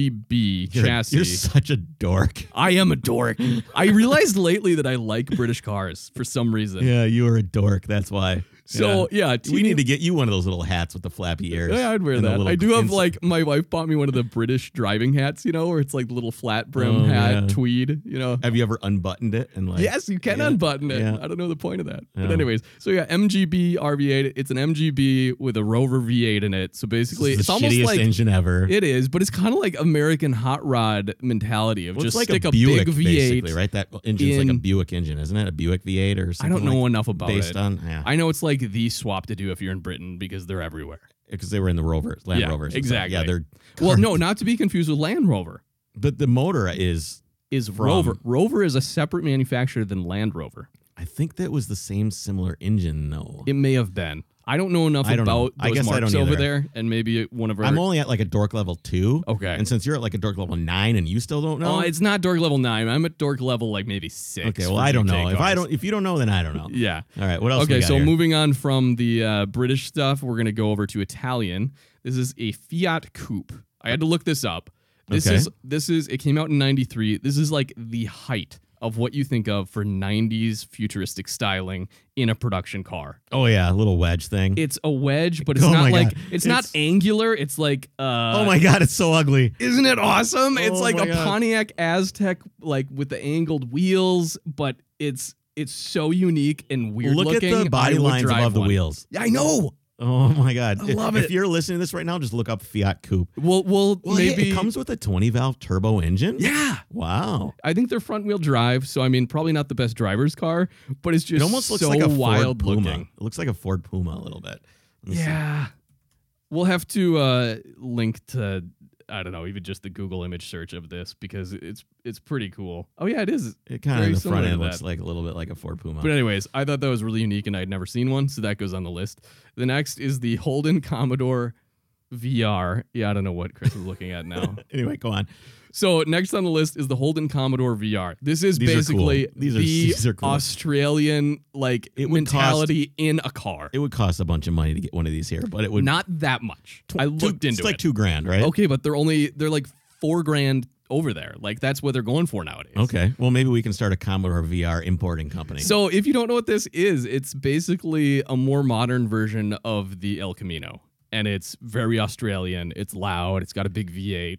Speaker 2: MGB
Speaker 1: You're,
Speaker 2: chassis.
Speaker 1: you're such a dork.
Speaker 2: I am a dork. I realized lately that I like British cars for some reason.
Speaker 1: Yeah, you are a dork. That's why.
Speaker 2: So yeah,
Speaker 1: Yeah. we need to get you one of those little hats with the flappy ears.
Speaker 2: Yeah, I'd wear
Speaker 1: and the
Speaker 2: that.
Speaker 1: little
Speaker 2: I do have
Speaker 1: ins-
Speaker 2: like my wife bought me one of the British driving hats, you know, where it's like the little flat brim
Speaker 1: Oh,
Speaker 2: hat,
Speaker 1: yeah.
Speaker 2: tweed, you know.
Speaker 1: Have you ever unbuttoned it and like?
Speaker 2: yes, you can
Speaker 1: yeah,
Speaker 2: unbutton it.
Speaker 1: yeah.
Speaker 2: I don't know the point of that. But
Speaker 1: Yeah.
Speaker 2: anyways, so yeah, MGB RV8. It's an MGB with a Rover V8 in it. So
Speaker 1: This
Speaker 2: basically,
Speaker 1: is
Speaker 2: it's
Speaker 1: the
Speaker 2: almost
Speaker 1: shittiest
Speaker 2: like
Speaker 1: engine ever.
Speaker 2: it is, but it's kind of like American hot rod mentality of
Speaker 1: Well, it's
Speaker 2: just
Speaker 1: like
Speaker 2: stick
Speaker 1: a
Speaker 2: a,
Speaker 1: Buick,
Speaker 2: big
Speaker 1: basically,
Speaker 2: V8.
Speaker 1: right? That engine's like a
Speaker 2: in-
Speaker 1: Buick engine, isn't it? A Buick V8 or
Speaker 2: I
Speaker 1: something.
Speaker 2: don't know
Speaker 1: like
Speaker 2: enough about
Speaker 1: based
Speaker 2: it.
Speaker 1: on yeah,
Speaker 2: I know it's like the swap to do if you're in Britain because they're everywhere.
Speaker 1: because they were in the Rover, Land
Speaker 2: Yeah,
Speaker 1: Rovers. and stuff.
Speaker 2: exactly.
Speaker 1: Yeah, they're
Speaker 2: Well, no, not to be confused with Land Rover.
Speaker 1: but the motor is.
Speaker 2: Is
Speaker 1: From-
Speaker 2: Rover. Rover is a separate manufacturer than Land Rover.
Speaker 1: I think that was the same similar engine though.
Speaker 2: It may have been. I don't know enough
Speaker 1: I don't know.
Speaker 2: about
Speaker 1: I
Speaker 2: those
Speaker 1: guess I
Speaker 2: marks
Speaker 1: don't
Speaker 2: over
Speaker 1: either.
Speaker 2: there, and maybe one of our.
Speaker 1: I'm only at like a dork level two,
Speaker 2: okay.
Speaker 1: and since you're at like a dork level nine, and you still don't know.
Speaker 2: Oh, it's not dork level nine. I'm at dork level like maybe six.
Speaker 1: okay, well
Speaker 2: for
Speaker 1: I don't
Speaker 2: GTA
Speaker 1: know. If I
Speaker 2: cars.
Speaker 1: don't, if you don't know, then I don't know.
Speaker 2: Yeah.
Speaker 1: All right, what else? we
Speaker 2: okay,
Speaker 1: got
Speaker 2: so
Speaker 1: here?
Speaker 2: moving on from the uh, British stuff, we're gonna go over to Italian. This is a Fiat Coupe. I had to look this up. This
Speaker 1: Okay.
Speaker 2: is this is it came out in '93. This is like the height of what you think of for '90s futuristic styling in a production car.
Speaker 1: Oh yeah, a little wedge thing.
Speaker 2: It's a wedge, but it's
Speaker 1: Oh my
Speaker 2: not like
Speaker 1: God.
Speaker 2: it's, not
Speaker 1: It's-
Speaker 2: angular. It's like uh,
Speaker 1: oh my god, it's so ugly.
Speaker 2: Isn't it awesome? It's
Speaker 1: Oh
Speaker 2: like
Speaker 1: my
Speaker 2: a
Speaker 1: God.
Speaker 2: Pontiac Aztec, like with the angled wheels, but it's it's so unique and weird
Speaker 1: Look
Speaker 2: looking.
Speaker 1: at the body
Speaker 2: I would
Speaker 1: lines
Speaker 2: drive
Speaker 1: above the
Speaker 2: one.
Speaker 1: wheels.
Speaker 2: I know.
Speaker 1: Oh my god,
Speaker 2: I
Speaker 1: If-
Speaker 2: love it.
Speaker 1: If you're listening to this right now, just look up Fiat Coupe.
Speaker 2: Well, well,
Speaker 1: Well, hey,
Speaker 2: maybe
Speaker 1: it comes with a 20 valve turbo engine.
Speaker 2: Yeah,
Speaker 1: Wow.
Speaker 2: I think they're front wheel drive, so I mean, probably not the best driver's car, but it's just
Speaker 1: it almost looks
Speaker 2: so
Speaker 1: like a
Speaker 2: wild
Speaker 1: Ford Puma.
Speaker 2: looking.
Speaker 1: It looks like a Ford Puma a little bit. Let's see.
Speaker 2: Yeah, we'll have to uh, link to I don't know, even just the Google image search of this because it's it's pretty cool. Oh yeah, it is
Speaker 1: It kind
Speaker 2: Very
Speaker 1: of in the
Speaker 2: similar
Speaker 1: front
Speaker 2: to
Speaker 1: end
Speaker 2: that.
Speaker 1: looks like a little bit like a Ford Puma.
Speaker 2: But anyways, I thought that was really unique, and I'd never seen one, so that goes on the list. The next is the Holden Commodore VR. Yeah, I don't know what Chris is looking at now.
Speaker 1: anyway, go on.
Speaker 2: So next on the list is the Holden Commodore VR. This is
Speaker 1: These are cool.
Speaker 2: basically
Speaker 1: These are-
Speaker 2: the
Speaker 1: these are cool.
Speaker 2: Australian like
Speaker 1: It would
Speaker 2: mentality in a car.
Speaker 1: It would cost a bunch of money to get one of these here, but it would
Speaker 2: Not that much.
Speaker 1: tw-
Speaker 2: I
Speaker 1: two-
Speaker 2: looked into
Speaker 1: It's like
Speaker 2: it.
Speaker 1: two grand, right?
Speaker 2: okay, but they're only they're like four grand over there. Like that's what they're going for nowadays.
Speaker 1: Okay. Well, maybe we can start a Commodore VR importing company.
Speaker 2: So if you don't know what this is, it's basically a more modern version of the El Camino. And it's very Australian. It's loud. It's got a big V8.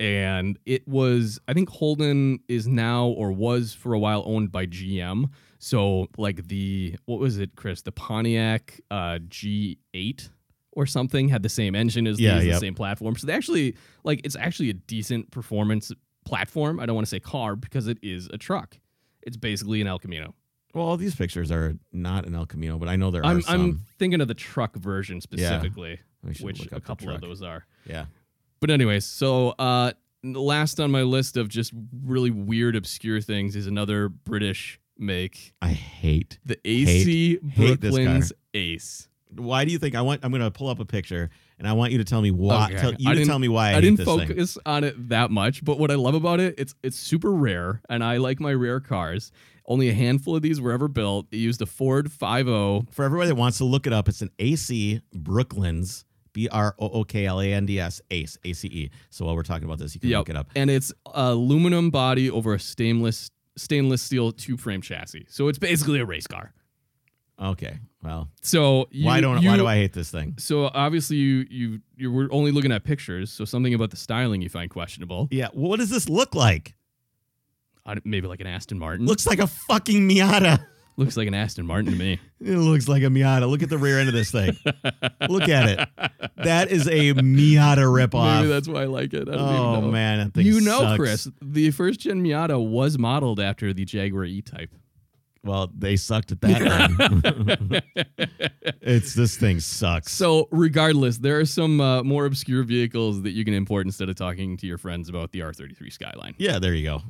Speaker 2: And it was, I think Holden is now or was for a while owned by GM. So, like the, what was it, Chris? The Pontiac uh, G8 or something had the same engine as
Speaker 1: Yeah,
Speaker 2: these,
Speaker 1: yep.
Speaker 2: the same platform. So, they actually, like, it's actually a decent performance platform. I don't want to say car because it is a truck. It's basically an El Camino.
Speaker 1: well, all these pictures are not an El Camino, but I know there are
Speaker 2: I'm,
Speaker 1: some.
Speaker 2: I'm thinking of the truck version specifically,
Speaker 1: We should
Speaker 2: which
Speaker 1: look
Speaker 2: a
Speaker 1: up the
Speaker 2: couple of
Speaker 1: truck.
Speaker 2: those are.
Speaker 1: Yeah.
Speaker 2: But anyways, so uh, the last on my list of just really weird, obscure things is another British make,
Speaker 1: I hate
Speaker 2: the AC
Speaker 1: hate this
Speaker 2: Brooklyn's Ace.
Speaker 1: Why do you think I want? I'm going to pull up a picture, and I want you to tell me why.
Speaker 2: Okay.
Speaker 1: Tell,
Speaker 2: I
Speaker 1: you to
Speaker 2: didn't-
Speaker 1: tell me why I,
Speaker 2: I,
Speaker 1: hate
Speaker 2: didn't
Speaker 1: this thing.
Speaker 2: focus on it that much, but what I love about it, it's it's super rare, and I like my rare cars. Only a handful of these were ever built. It used a Ford 50
Speaker 1: For everybody that wants to look it up, it's an AC Brooklands B R O O K L A N D S Ace A C E. So while we're talking about this, you can
Speaker 2: Yep.
Speaker 1: look it up.
Speaker 2: and it's aluminum body over a stainless stainless steel two frame chassis. So it's basically a race car.
Speaker 1: Okay. Well,
Speaker 2: So you,
Speaker 1: why don't
Speaker 2: you,
Speaker 1: why do I hate this thing?
Speaker 2: So obviously you you you were only looking at pictures. So something about the styling you find questionable.
Speaker 1: Yeah. What does this look like?
Speaker 2: I don't- Maybe like an Aston Martin.
Speaker 1: Looks like a fucking Miata.
Speaker 2: Looks like an Aston Martin to me.
Speaker 1: It looks like a Miata. Look at the rear end of this thing. Look at it. That is a Miata ripoff.
Speaker 2: Maybe that's why I like it. I don't
Speaker 1: oh
Speaker 2: even know.
Speaker 1: man, that thing
Speaker 2: You know,
Speaker 1: sucks.
Speaker 2: Chris, the first gen Miata was modeled after the Jaguar E Type.
Speaker 1: Well, they sucked at that one. it's this thing sucks.
Speaker 2: So, regardless, there are some uh, more obscure vehicles that you can import instead of talking to your friends about the R33 Skyline.
Speaker 1: yeah, there you go.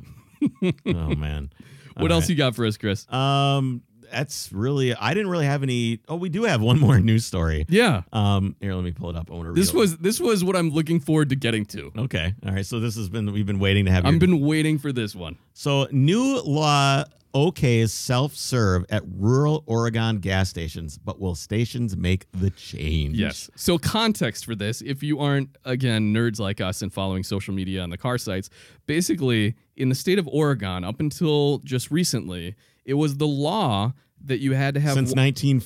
Speaker 1: oh man.
Speaker 2: What else you got for us, Chris?
Speaker 1: You- um that's really I didn't really have any Oh, we do have one more news story.
Speaker 2: Yeah,
Speaker 1: Um here, let me pull it up. I want to read
Speaker 2: this
Speaker 1: it.
Speaker 2: was this was what I'm looking forward to getting to.
Speaker 1: Okay. All right. So this has been we've been waiting to have
Speaker 2: I've
Speaker 1: your-
Speaker 2: been waiting for this one.
Speaker 1: So, new law okays self serve at rural Oregon gas stations, but will stations make the change?
Speaker 2: Yes. So context for this, if you aren't again nerds like us and following social media on the car sites, basically in the state of Oregon up until just recently, it was the law that you had to have
Speaker 1: Since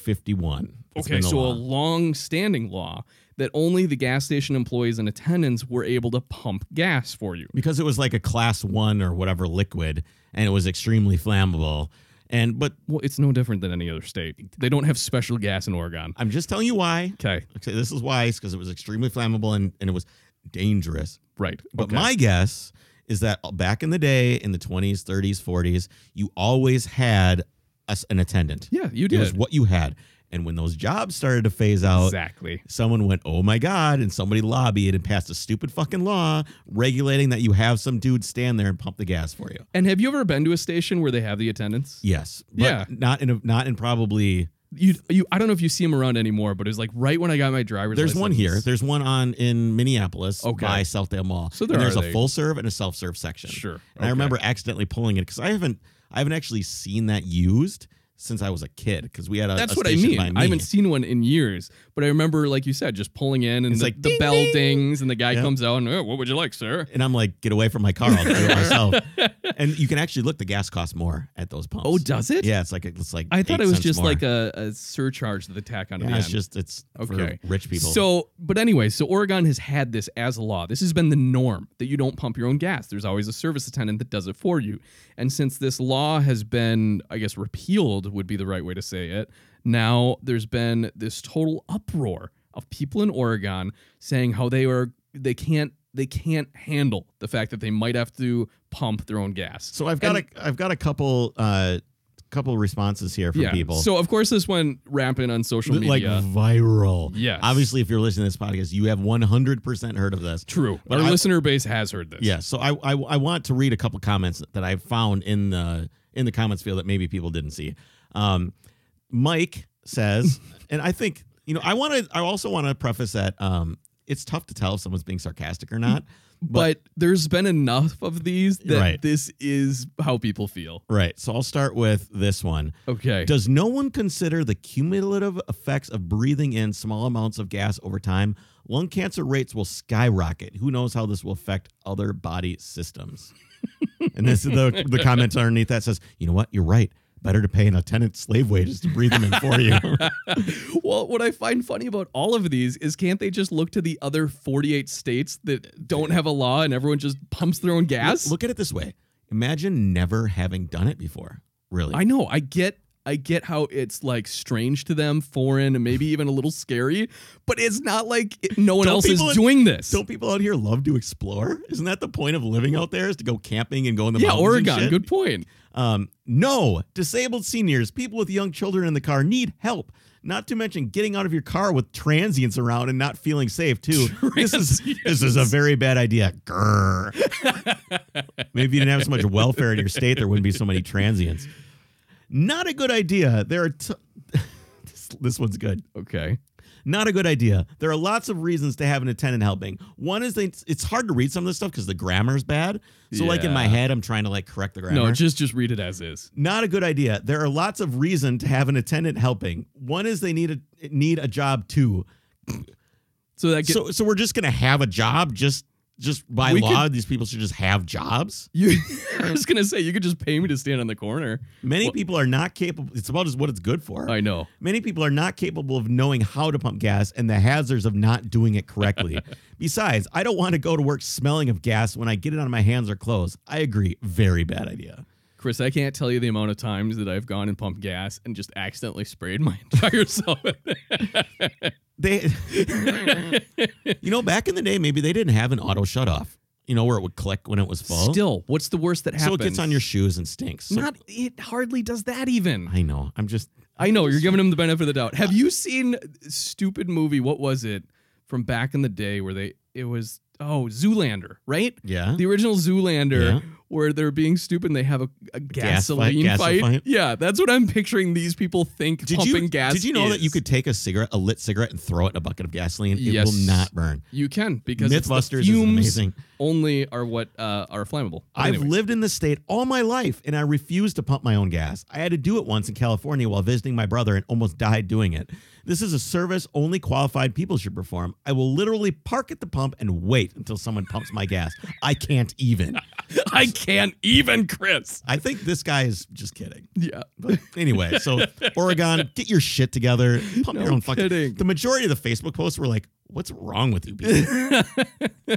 Speaker 1: 1951. it's
Speaker 2: Okay,
Speaker 1: been the
Speaker 2: so a
Speaker 1: law.
Speaker 2: long-standing law that only the gas station employees and attendants were able to pump gas for you.
Speaker 1: because it was like a class one or whatever liquid and it was extremely flammable. And, but
Speaker 2: Well, it's no different than any other state. They don't have special gas in Oregon.
Speaker 1: I'm just telling you why.
Speaker 2: Okay,
Speaker 1: Okay, this is why. It's because it was extremely flammable and, and it was dangerous.
Speaker 2: right.
Speaker 1: But
Speaker 2: okay.
Speaker 1: my guess is that back in the day, in the 20s, 30s, 40s, you always had us an attendant.
Speaker 2: yeah, you
Speaker 1: It was
Speaker 2: did
Speaker 1: what you had. And when those jobs started to phase out,
Speaker 2: exactly.
Speaker 1: someone went, oh my God, and somebody lobbied and passed a stupid fucking law regulating that you have some dude stand there and pump the gas for you.
Speaker 2: And have you ever been to a station where they have the attendants?
Speaker 1: Yes. But
Speaker 2: Yeah.
Speaker 1: Not in a, not in probably
Speaker 2: you you I don't know if you see him around anymore, but it was like right when I got my driver's
Speaker 1: there's
Speaker 2: license.
Speaker 1: one here. There's one on in Minneapolis
Speaker 2: Okay.
Speaker 1: by Southdale Mall.
Speaker 2: So there
Speaker 1: and there's
Speaker 2: are
Speaker 1: a
Speaker 2: they-
Speaker 1: full serve and a self serve section.
Speaker 2: Sure.
Speaker 1: And I remember accidentally pulling it because I haven't I haven't actually seen that used since I was a kid because we had a
Speaker 2: That's
Speaker 1: a
Speaker 2: what I
Speaker 1: station
Speaker 2: mean.
Speaker 1: by me.
Speaker 2: I haven't seen one in years, but I remember, like you said, just pulling in and
Speaker 1: It's
Speaker 2: the,
Speaker 1: like,
Speaker 2: the
Speaker 1: ding,
Speaker 2: bell
Speaker 1: ding.
Speaker 2: dings and the guy
Speaker 1: Yeah.
Speaker 2: comes out and oh, what would you like, sir?
Speaker 1: And I'm like, get away from my car. I'll do it myself. and you can actually look, the gas costs more at those pumps.
Speaker 2: Oh, does it?
Speaker 1: Yeah, it's like it's like.
Speaker 2: I thought
Speaker 1: eight
Speaker 2: it was
Speaker 1: cents
Speaker 2: just
Speaker 1: more.
Speaker 2: like a, a surcharge that they tack onto
Speaker 1: Yeah,
Speaker 2: the
Speaker 1: it's
Speaker 2: end.
Speaker 1: just it's
Speaker 2: Okay.
Speaker 1: for rich people.
Speaker 2: So, but anyway, so Oregon has had this as a law. This has been the norm that you don't pump your own gas. There's always a service attendant that does it for you. And since this law has been, I guess, repealed would be the right way to say it, now there's been this total uproar of people in Oregon saying how they are they can't they can't handle the fact that they might have to pump their own gas.
Speaker 1: so I've got
Speaker 2: and-
Speaker 1: a I've got a couple uh couple responses here from people.
Speaker 2: So of course this went rampant on social
Speaker 1: That, like
Speaker 2: media.
Speaker 1: viral.
Speaker 2: Yes.
Speaker 1: Obviously, if you're listening to this podcast, you have 100 percent heard of this.
Speaker 2: True.
Speaker 1: But
Speaker 2: Our
Speaker 1: I-
Speaker 2: listener base has heard this.
Speaker 1: Yeah. So I, I I want to read a couple comments that I found in the in the comments field that maybe people didn't see. Um, Mike says, and I think you know I want to. I also want to preface that um, it's tough to tell if someone's being sarcastic or not.
Speaker 2: but there's been enough of these that
Speaker 1: Right.
Speaker 2: this is how people feel.
Speaker 1: Right. So I'll start with this one.
Speaker 2: Okay.
Speaker 1: Does no one consider the cumulative effects of breathing in small amounts of gas over time? Lung cancer rates will skyrocket. Who knows how this will affect other body systems? and this is the the comment underneath that says, "You know what? You're right. Better to pay an attendant slave wages to breathe them in for you."
Speaker 2: well, what I find funny about all of these is can't they just look to the other 48 states that don't have a law and everyone just pumps their own gas?
Speaker 1: Look at it this way: Imagine never having done it before. Really,
Speaker 2: I know. I get I get how it's like strange to them, foreign, and maybe even a little scary, but it's not like it- no one
Speaker 1: Don't
Speaker 2: else is
Speaker 1: people in-
Speaker 2: doing this.
Speaker 1: don't people out here love to explore? Isn't that the point of living out there? Is to go camping and go in the
Speaker 2: yeah,
Speaker 1: mountains and
Speaker 2: Oregon.
Speaker 1: shit?
Speaker 2: Good point.
Speaker 1: Um, no, disabled seniors, people with young children in the car need help. Not to mention getting out of your car with transients around and not feeling safe too. This is this is a very bad idea. Grr. Maybe if you didn't have so much welfare in your state, there wouldn't be so many transients. Not a good idea. There are t- this, this one's good.
Speaker 2: Okay.
Speaker 1: Not a good idea. There are lots of reasons to have an attendant helping. One is that it's hard to read some of this stuff because the grammar's bad. So like in my
Speaker 2: Yeah.
Speaker 1: head, I'm trying to like correct the grammar.
Speaker 2: No, just just read it as is.
Speaker 1: Not a good idea. There are lots of reason to have an attendant helping. One is they need a need a job too.
Speaker 2: So that gets
Speaker 1: so so we're just gonna have a job just just by
Speaker 2: We
Speaker 1: law. these people should just have jobs.
Speaker 2: you I was gonna say you could just pay me to stand on the corner.
Speaker 1: Many people are not capable. It's about just what it's good for.
Speaker 2: I know.
Speaker 1: Many people are not capable of knowing how to pump gas and the hazards of not doing it correctly. Besides, I don't want to go to work smelling of gas when I get it on my hands or clothes. I agree. Very bad idea.
Speaker 2: Chris, I can't tell you the amount of times that I've gone and pumped gas and just accidentally sprayed my entire self.
Speaker 1: They, you know, back in the day, maybe they didn't have an auto shut off. You know, where it would click when it was full.
Speaker 2: Still, what's the worst that
Speaker 1: so
Speaker 2: happens?
Speaker 1: it gets on your shoes and stinks. So-
Speaker 2: Not it hardly does that even.
Speaker 1: I know. I'm just.
Speaker 2: I know you're giving him the benefit of the doubt. Have you seen stupid movie? What was it from back in the day where they it was oh Zoolander right?
Speaker 1: Yeah.
Speaker 2: The original Zoolander,
Speaker 1: Yeah.
Speaker 2: where they're being stupid and they have a, a
Speaker 1: Gas fight-
Speaker 2: gasoline
Speaker 1: gas
Speaker 2: fight.
Speaker 1: fight.
Speaker 2: Yeah, that's what I'm picturing these people think
Speaker 1: Did
Speaker 2: pumping
Speaker 1: you
Speaker 2: gas.
Speaker 1: did you know that
Speaker 2: is.
Speaker 1: you could take a cigarette, a lit cigarette, and throw it in a bucket of gasoline? It
Speaker 2: Yes.
Speaker 1: will not burn.
Speaker 2: You can because it's the
Speaker 1: Mythbusters is
Speaker 2: fumes
Speaker 1: amazing.
Speaker 2: Only are what uh, are flammable. But
Speaker 1: I've
Speaker 2: anyways.
Speaker 1: lived in this state all my life, and I refuse to pump my own gas. I had to do it once in California while visiting my brother, and almost died doing it. This is a service only qualified people should perform. I will literally park at the pump and wait until someone pumps my gas. I can't even.
Speaker 2: I can't even, Chris.
Speaker 1: I think this guy is just kidding.
Speaker 2: Yeah.
Speaker 1: But anyway, so Oregon, get your shit together. Pump
Speaker 2: No
Speaker 1: your own fucking.
Speaker 2: kidding.
Speaker 1: The majority of the Facebook posts were like, "What's wrong with you?" People?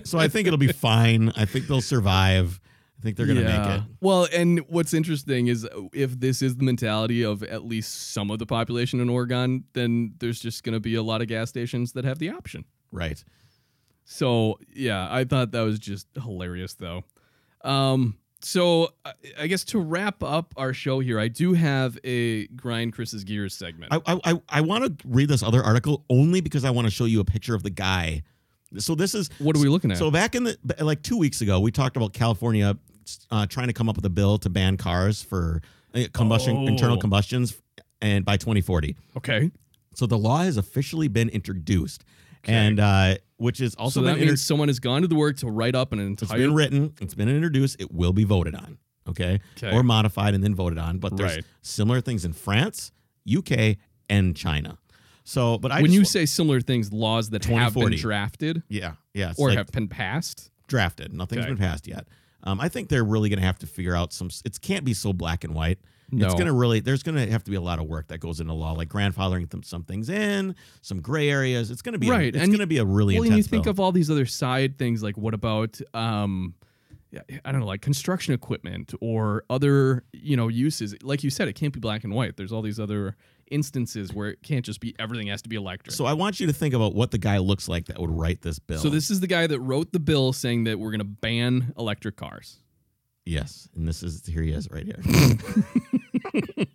Speaker 1: so I think it'll be fine. I think they'll survive. I think they're gonna make it.
Speaker 2: Well, and what's interesting is uh, if this is the mentality of at least some of the population in Oregon, then there's just going to be a lot of gas stations that have the option.
Speaker 1: Right.
Speaker 2: So yeah, I thought that was just hilarious though. Um, so I, I guess to wrap up our show here, I do have a grind Chris's gears segment.
Speaker 1: I I I, I want to read this other article only because I want to show you a picture of the guy. So this is
Speaker 2: what are we looking at?
Speaker 1: So back in the b- like two weeks ago, we talked about California uh, trying to come up with a bill to ban cars for uh, combustion
Speaker 2: Oh.
Speaker 1: internal combustions, and by 2040.
Speaker 2: okay.
Speaker 1: So the law has officially been introduced, and uh, which is also
Speaker 2: So that
Speaker 1: been inter-
Speaker 2: means someone has gone to the work to write up an
Speaker 1: it's
Speaker 2: entire
Speaker 1: been written, it's been introduced, it will be voted on, okay,
Speaker 2: Okay.
Speaker 1: or modified and then voted on. But there's
Speaker 2: Right.
Speaker 1: similar things in France, UK, and China. So, but I
Speaker 2: when
Speaker 1: just
Speaker 2: you
Speaker 1: wa-
Speaker 2: say similar things, laws that have been
Speaker 1: 2040.
Speaker 2: drafted
Speaker 1: yeah, yeah, it's
Speaker 2: or
Speaker 1: like
Speaker 2: have been passed.
Speaker 1: drafted, nothing's
Speaker 2: Okay.
Speaker 1: been passed yet. Um, I think they're really going to have to figure out some. s- It can't be so black and white.
Speaker 2: No.
Speaker 1: It's going to really. There's going to have to be a lot of work that goes into law, like grandfathering th- some things in, some gray areas. It's going to be
Speaker 2: Right,
Speaker 1: A, it's
Speaker 2: and-
Speaker 1: going to be a really
Speaker 2: well, and you
Speaker 1: intense.
Speaker 2: think
Speaker 1: bill.
Speaker 2: of all these other side things, like what about, um, yeah, I don't know, like construction equipment or other, you know, uses. Like you said, it can't be black and white. There's all these other instances where it can't just be everything has to be electric.
Speaker 1: So I want you to think about what the guy looks like that would write this bill.
Speaker 2: So this is the guy that wrote the bill saying that we're going to ban electric cars.
Speaker 1: yes, and this is here he is right here.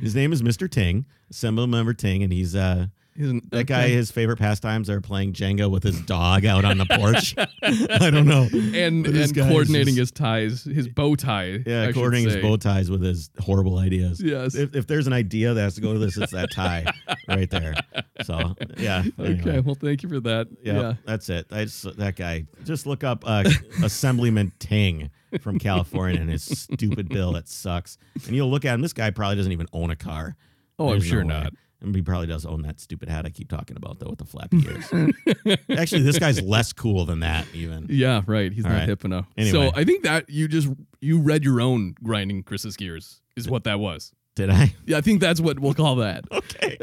Speaker 1: His name is Mr. Ting, Assembly Member Ting, and he's uh
Speaker 2: Isn't
Speaker 1: that guy. His favorite pastimes are playing Jenga with his dog out on the porch. I don't know,
Speaker 2: and
Speaker 1: But this
Speaker 2: and
Speaker 1: guy is
Speaker 2: coordinating
Speaker 1: just-
Speaker 2: his ties, his bow tie. I
Speaker 1: yeah,
Speaker 2: should
Speaker 1: coordinating his
Speaker 2: say.
Speaker 1: bow ties with his horrible ideas.
Speaker 2: Yes.
Speaker 1: If, if there's an idea that has to go to this, it's that tie right there. So yeah. anyway.
Speaker 2: Okay, well, thank you for that.
Speaker 1: Yeah,
Speaker 2: yeah.
Speaker 1: that's it. I just, that guy. Just look up uh, Assemblyman Ting from California and his stupid bill that sucks. And you'll look at him. This guy probably doesn't even own a car.
Speaker 2: Oh, I'm
Speaker 1: There's no
Speaker 2: sure
Speaker 1: way.
Speaker 2: not.
Speaker 1: And he probably does own that stupid hat I keep talking about though with the flappy ears. Actually, this guy's less cool than that even.
Speaker 2: Yeah, right. He's
Speaker 1: All
Speaker 2: not
Speaker 1: right.
Speaker 2: hip enough.
Speaker 1: Anyway.
Speaker 2: So I think that you just you read your own grinding Chris's gears is what that was.
Speaker 1: Did I?
Speaker 2: Yeah, I think that's what we'll call that.
Speaker 1: Okay.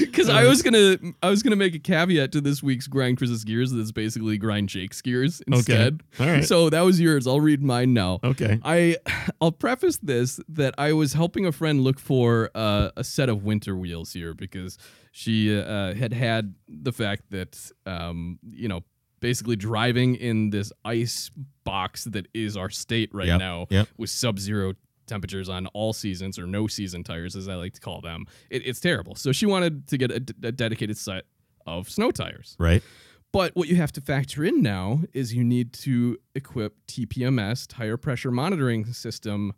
Speaker 2: Because
Speaker 1: Uh-huh.
Speaker 2: I was gonna I was gonna make a caveat to this week's grind Chris's gears that's basically grind Jake's gears instead.
Speaker 1: All right.
Speaker 2: So that was yours. I'll read mine now.
Speaker 1: okay.
Speaker 2: I I'll preface this that I was helping a friend look for uh, a set of winter wheels here because she uh, had had the fact that um, you know basically driving in this ice box that is our state right
Speaker 1: Yep,
Speaker 2: now
Speaker 1: yep.
Speaker 2: with sub zero temperatures on all seasons or no season tires as I like to call them it, it's terrible so she wanted to get a, d- a dedicated set of snow tires
Speaker 1: Right.
Speaker 2: but what you have to factor in now is you need to equip TPMS, tire pressure monitoring system,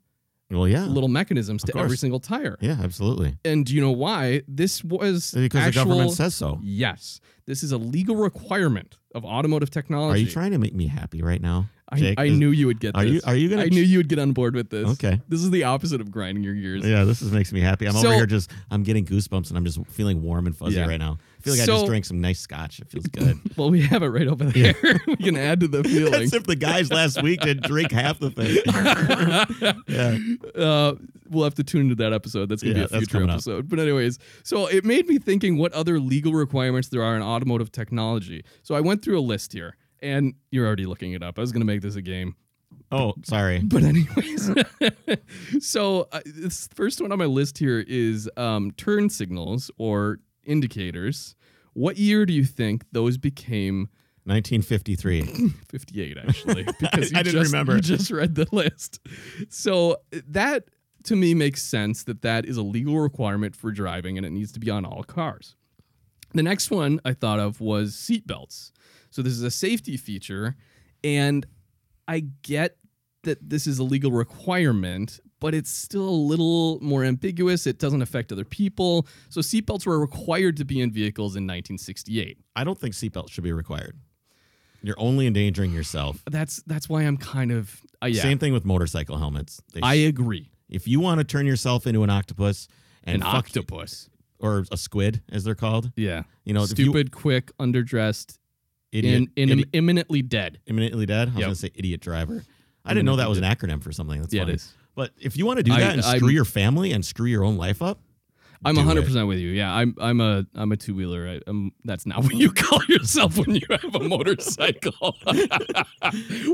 Speaker 1: Well, yeah.
Speaker 2: little mechanisms
Speaker 1: Ah,
Speaker 2: to
Speaker 1: course.
Speaker 2: every single tire.
Speaker 1: Yeah, absolutely.
Speaker 2: And do you know why? This was
Speaker 1: Because
Speaker 2: actual,
Speaker 1: the government says so.
Speaker 2: Yes, this is a legal requirement of automotive
Speaker 1: Are
Speaker 2: technology.
Speaker 1: you trying to make me happy right now?
Speaker 2: I,
Speaker 1: Jake?
Speaker 2: I
Speaker 1: Is-
Speaker 2: knew you would get
Speaker 1: Are
Speaker 2: this.
Speaker 1: you are you gonna
Speaker 2: I knew you would get on board with this.
Speaker 1: Okay.
Speaker 2: This is the opposite of grinding your gears.
Speaker 1: Yeah, this is, makes me happy. I'm
Speaker 2: So-
Speaker 1: over here just I'm getting goosebumps and I'm just feeling warm and fuzzy
Speaker 2: Yeah.
Speaker 1: right now. I feel like I
Speaker 2: So-
Speaker 1: just drank some nice scotch. It feels good.
Speaker 2: Well, we have it right over there. we can add to the feeling.
Speaker 1: That's if the guys last week didn't drink half the thing. yeah.
Speaker 2: uh, we'll have to tune into that episode. That's going to
Speaker 1: Yeah,
Speaker 2: be a
Speaker 1: that's
Speaker 2: future
Speaker 1: coming up.
Speaker 2: episode. But anyways, so it made me thinking what other legal requirements there are in automotive technology. So I went through a list here, and you're already looking it up. I was going to make this a game.
Speaker 1: Oh, sorry.
Speaker 2: But anyways, so uh, this first one on my list here is um, turn signals or indicators. What year do you think those became?
Speaker 1: 1953.
Speaker 2: 58 actually because you
Speaker 1: I didn't
Speaker 2: just,
Speaker 1: remember.
Speaker 2: you just read the list. So that to me makes sense that that is a legal requirement for driving and it needs to be on all cars. The next one I thought of was seatbelts. So this is a safety feature and I get that this is a legal requirement, but it's still a little more ambiguous. It doesn't affect other people. So seatbelts were required to be in vehicles in 1968.
Speaker 1: I don't think seatbelts should be required. You're only endangering yourself.
Speaker 2: That's that's why I'm kind of uh, yeah.
Speaker 1: Same thing with motorcycle helmets. They
Speaker 2: I agree.
Speaker 1: If you want to turn yourself into an octopus
Speaker 2: An
Speaker 1: and fuck-
Speaker 2: octopus.
Speaker 1: or a squid, as they're called,
Speaker 2: Yeah.
Speaker 1: you know, if you-
Speaker 2: Stupid, quick, underdressed,
Speaker 1: idiot,
Speaker 2: in, in
Speaker 1: idi-
Speaker 2: imminently dead.
Speaker 1: imminently dead. I was
Speaker 2: Yep.
Speaker 1: gonna say idiot driver. I didn't know that was an acronym for something. That's
Speaker 2: Yeah, it
Speaker 1: funny.
Speaker 2: is.
Speaker 1: But if you want to do
Speaker 2: I-
Speaker 1: that and
Speaker 2: I'm-
Speaker 1: screw your family and screw your own life up,
Speaker 2: I'm
Speaker 1: Do
Speaker 2: 100 percent with you. Yeah, I'm I'm a I'm a two wheeler. I'm that's not what you call yourself when you have a motorcycle.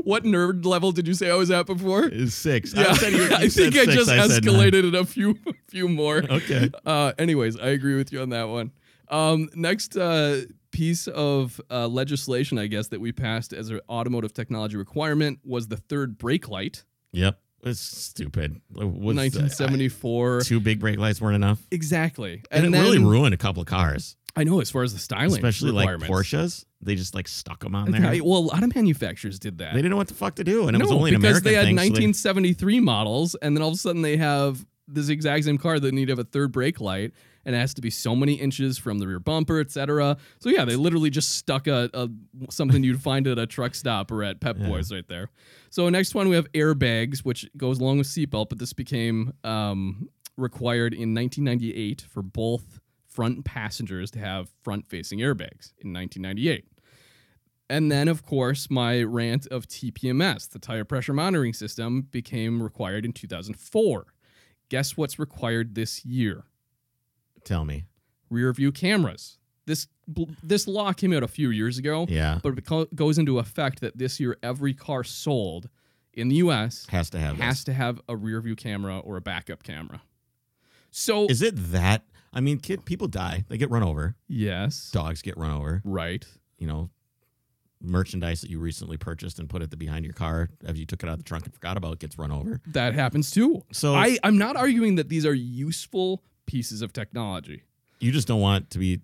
Speaker 2: what nerd level did you say I was at before?
Speaker 1: is six.
Speaker 2: Yeah,
Speaker 1: said you- you
Speaker 2: I
Speaker 1: said
Speaker 2: think I
Speaker 1: six,
Speaker 2: just
Speaker 1: said nine.
Speaker 2: escalated it a few a few more.
Speaker 1: Okay.
Speaker 2: Uh, anyways, I agree with you on that one. Um, next uh, piece of uh, legislation, I guess, that we passed as an automotive technology requirement was the third brake light,
Speaker 1: Yep. It's stupid. Like, What's that?
Speaker 2: 1974.
Speaker 1: I- two big brake lights weren't enough,
Speaker 2: exactly,
Speaker 1: and, it
Speaker 2: then-
Speaker 1: really ruined a couple of cars,
Speaker 2: I know as far as the styling,
Speaker 1: especially like
Speaker 2: requirements.
Speaker 1: Porsches. They just like stuck them on there.
Speaker 2: Yeah, well, a lot of manufacturers did that.
Speaker 1: They didn't know what the fuck to do, and it
Speaker 2: no,
Speaker 1: was only an
Speaker 2: because
Speaker 1: American
Speaker 2: they had
Speaker 1: thing. so
Speaker 2: 1973 models, and then all of a sudden they have this exact same car that need to have a third brake light, and it has to be so many inches from the rear bumper, etc. So yeah, they literally just stuck a, a something you'd find at a truck stop or at Pep
Speaker 1: Yeah.
Speaker 2: Boys right there. So next one we have airbags, which goes along with seatbelt, but this became um, required in 1998 for both front passengers to have front-facing airbags in 1998. And then, of course, my rant of TPMS, the tire pressure monitoring system, became required in 2004. Guess what's required this year?
Speaker 1: they- tell me,
Speaker 2: Rear view cameras. This bl- this law came out a few years ago,
Speaker 1: yeah,
Speaker 2: but it beco- goes into effect that this year every car sold in the U.S.
Speaker 1: has to have.
Speaker 2: has
Speaker 1: Has
Speaker 2: to have a rear view camera or a backup camera. So
Speaker 1: Is it that? I mean, kid, people die. They get run over.
Speaker 2: yes,
Speaker 1: Dogs get run over.
Speaker 2: right,
Speaker 1: You know, merchandise that you recently purchased and put at the behind your car after you took it out of the trunk and forgot about gets run over.
Speaker 2: that happens too.
Speaker 1: So
Speaker 2: I I'm not arguing that these are useful pieces of technology.
Speaker 1: you just don't want to be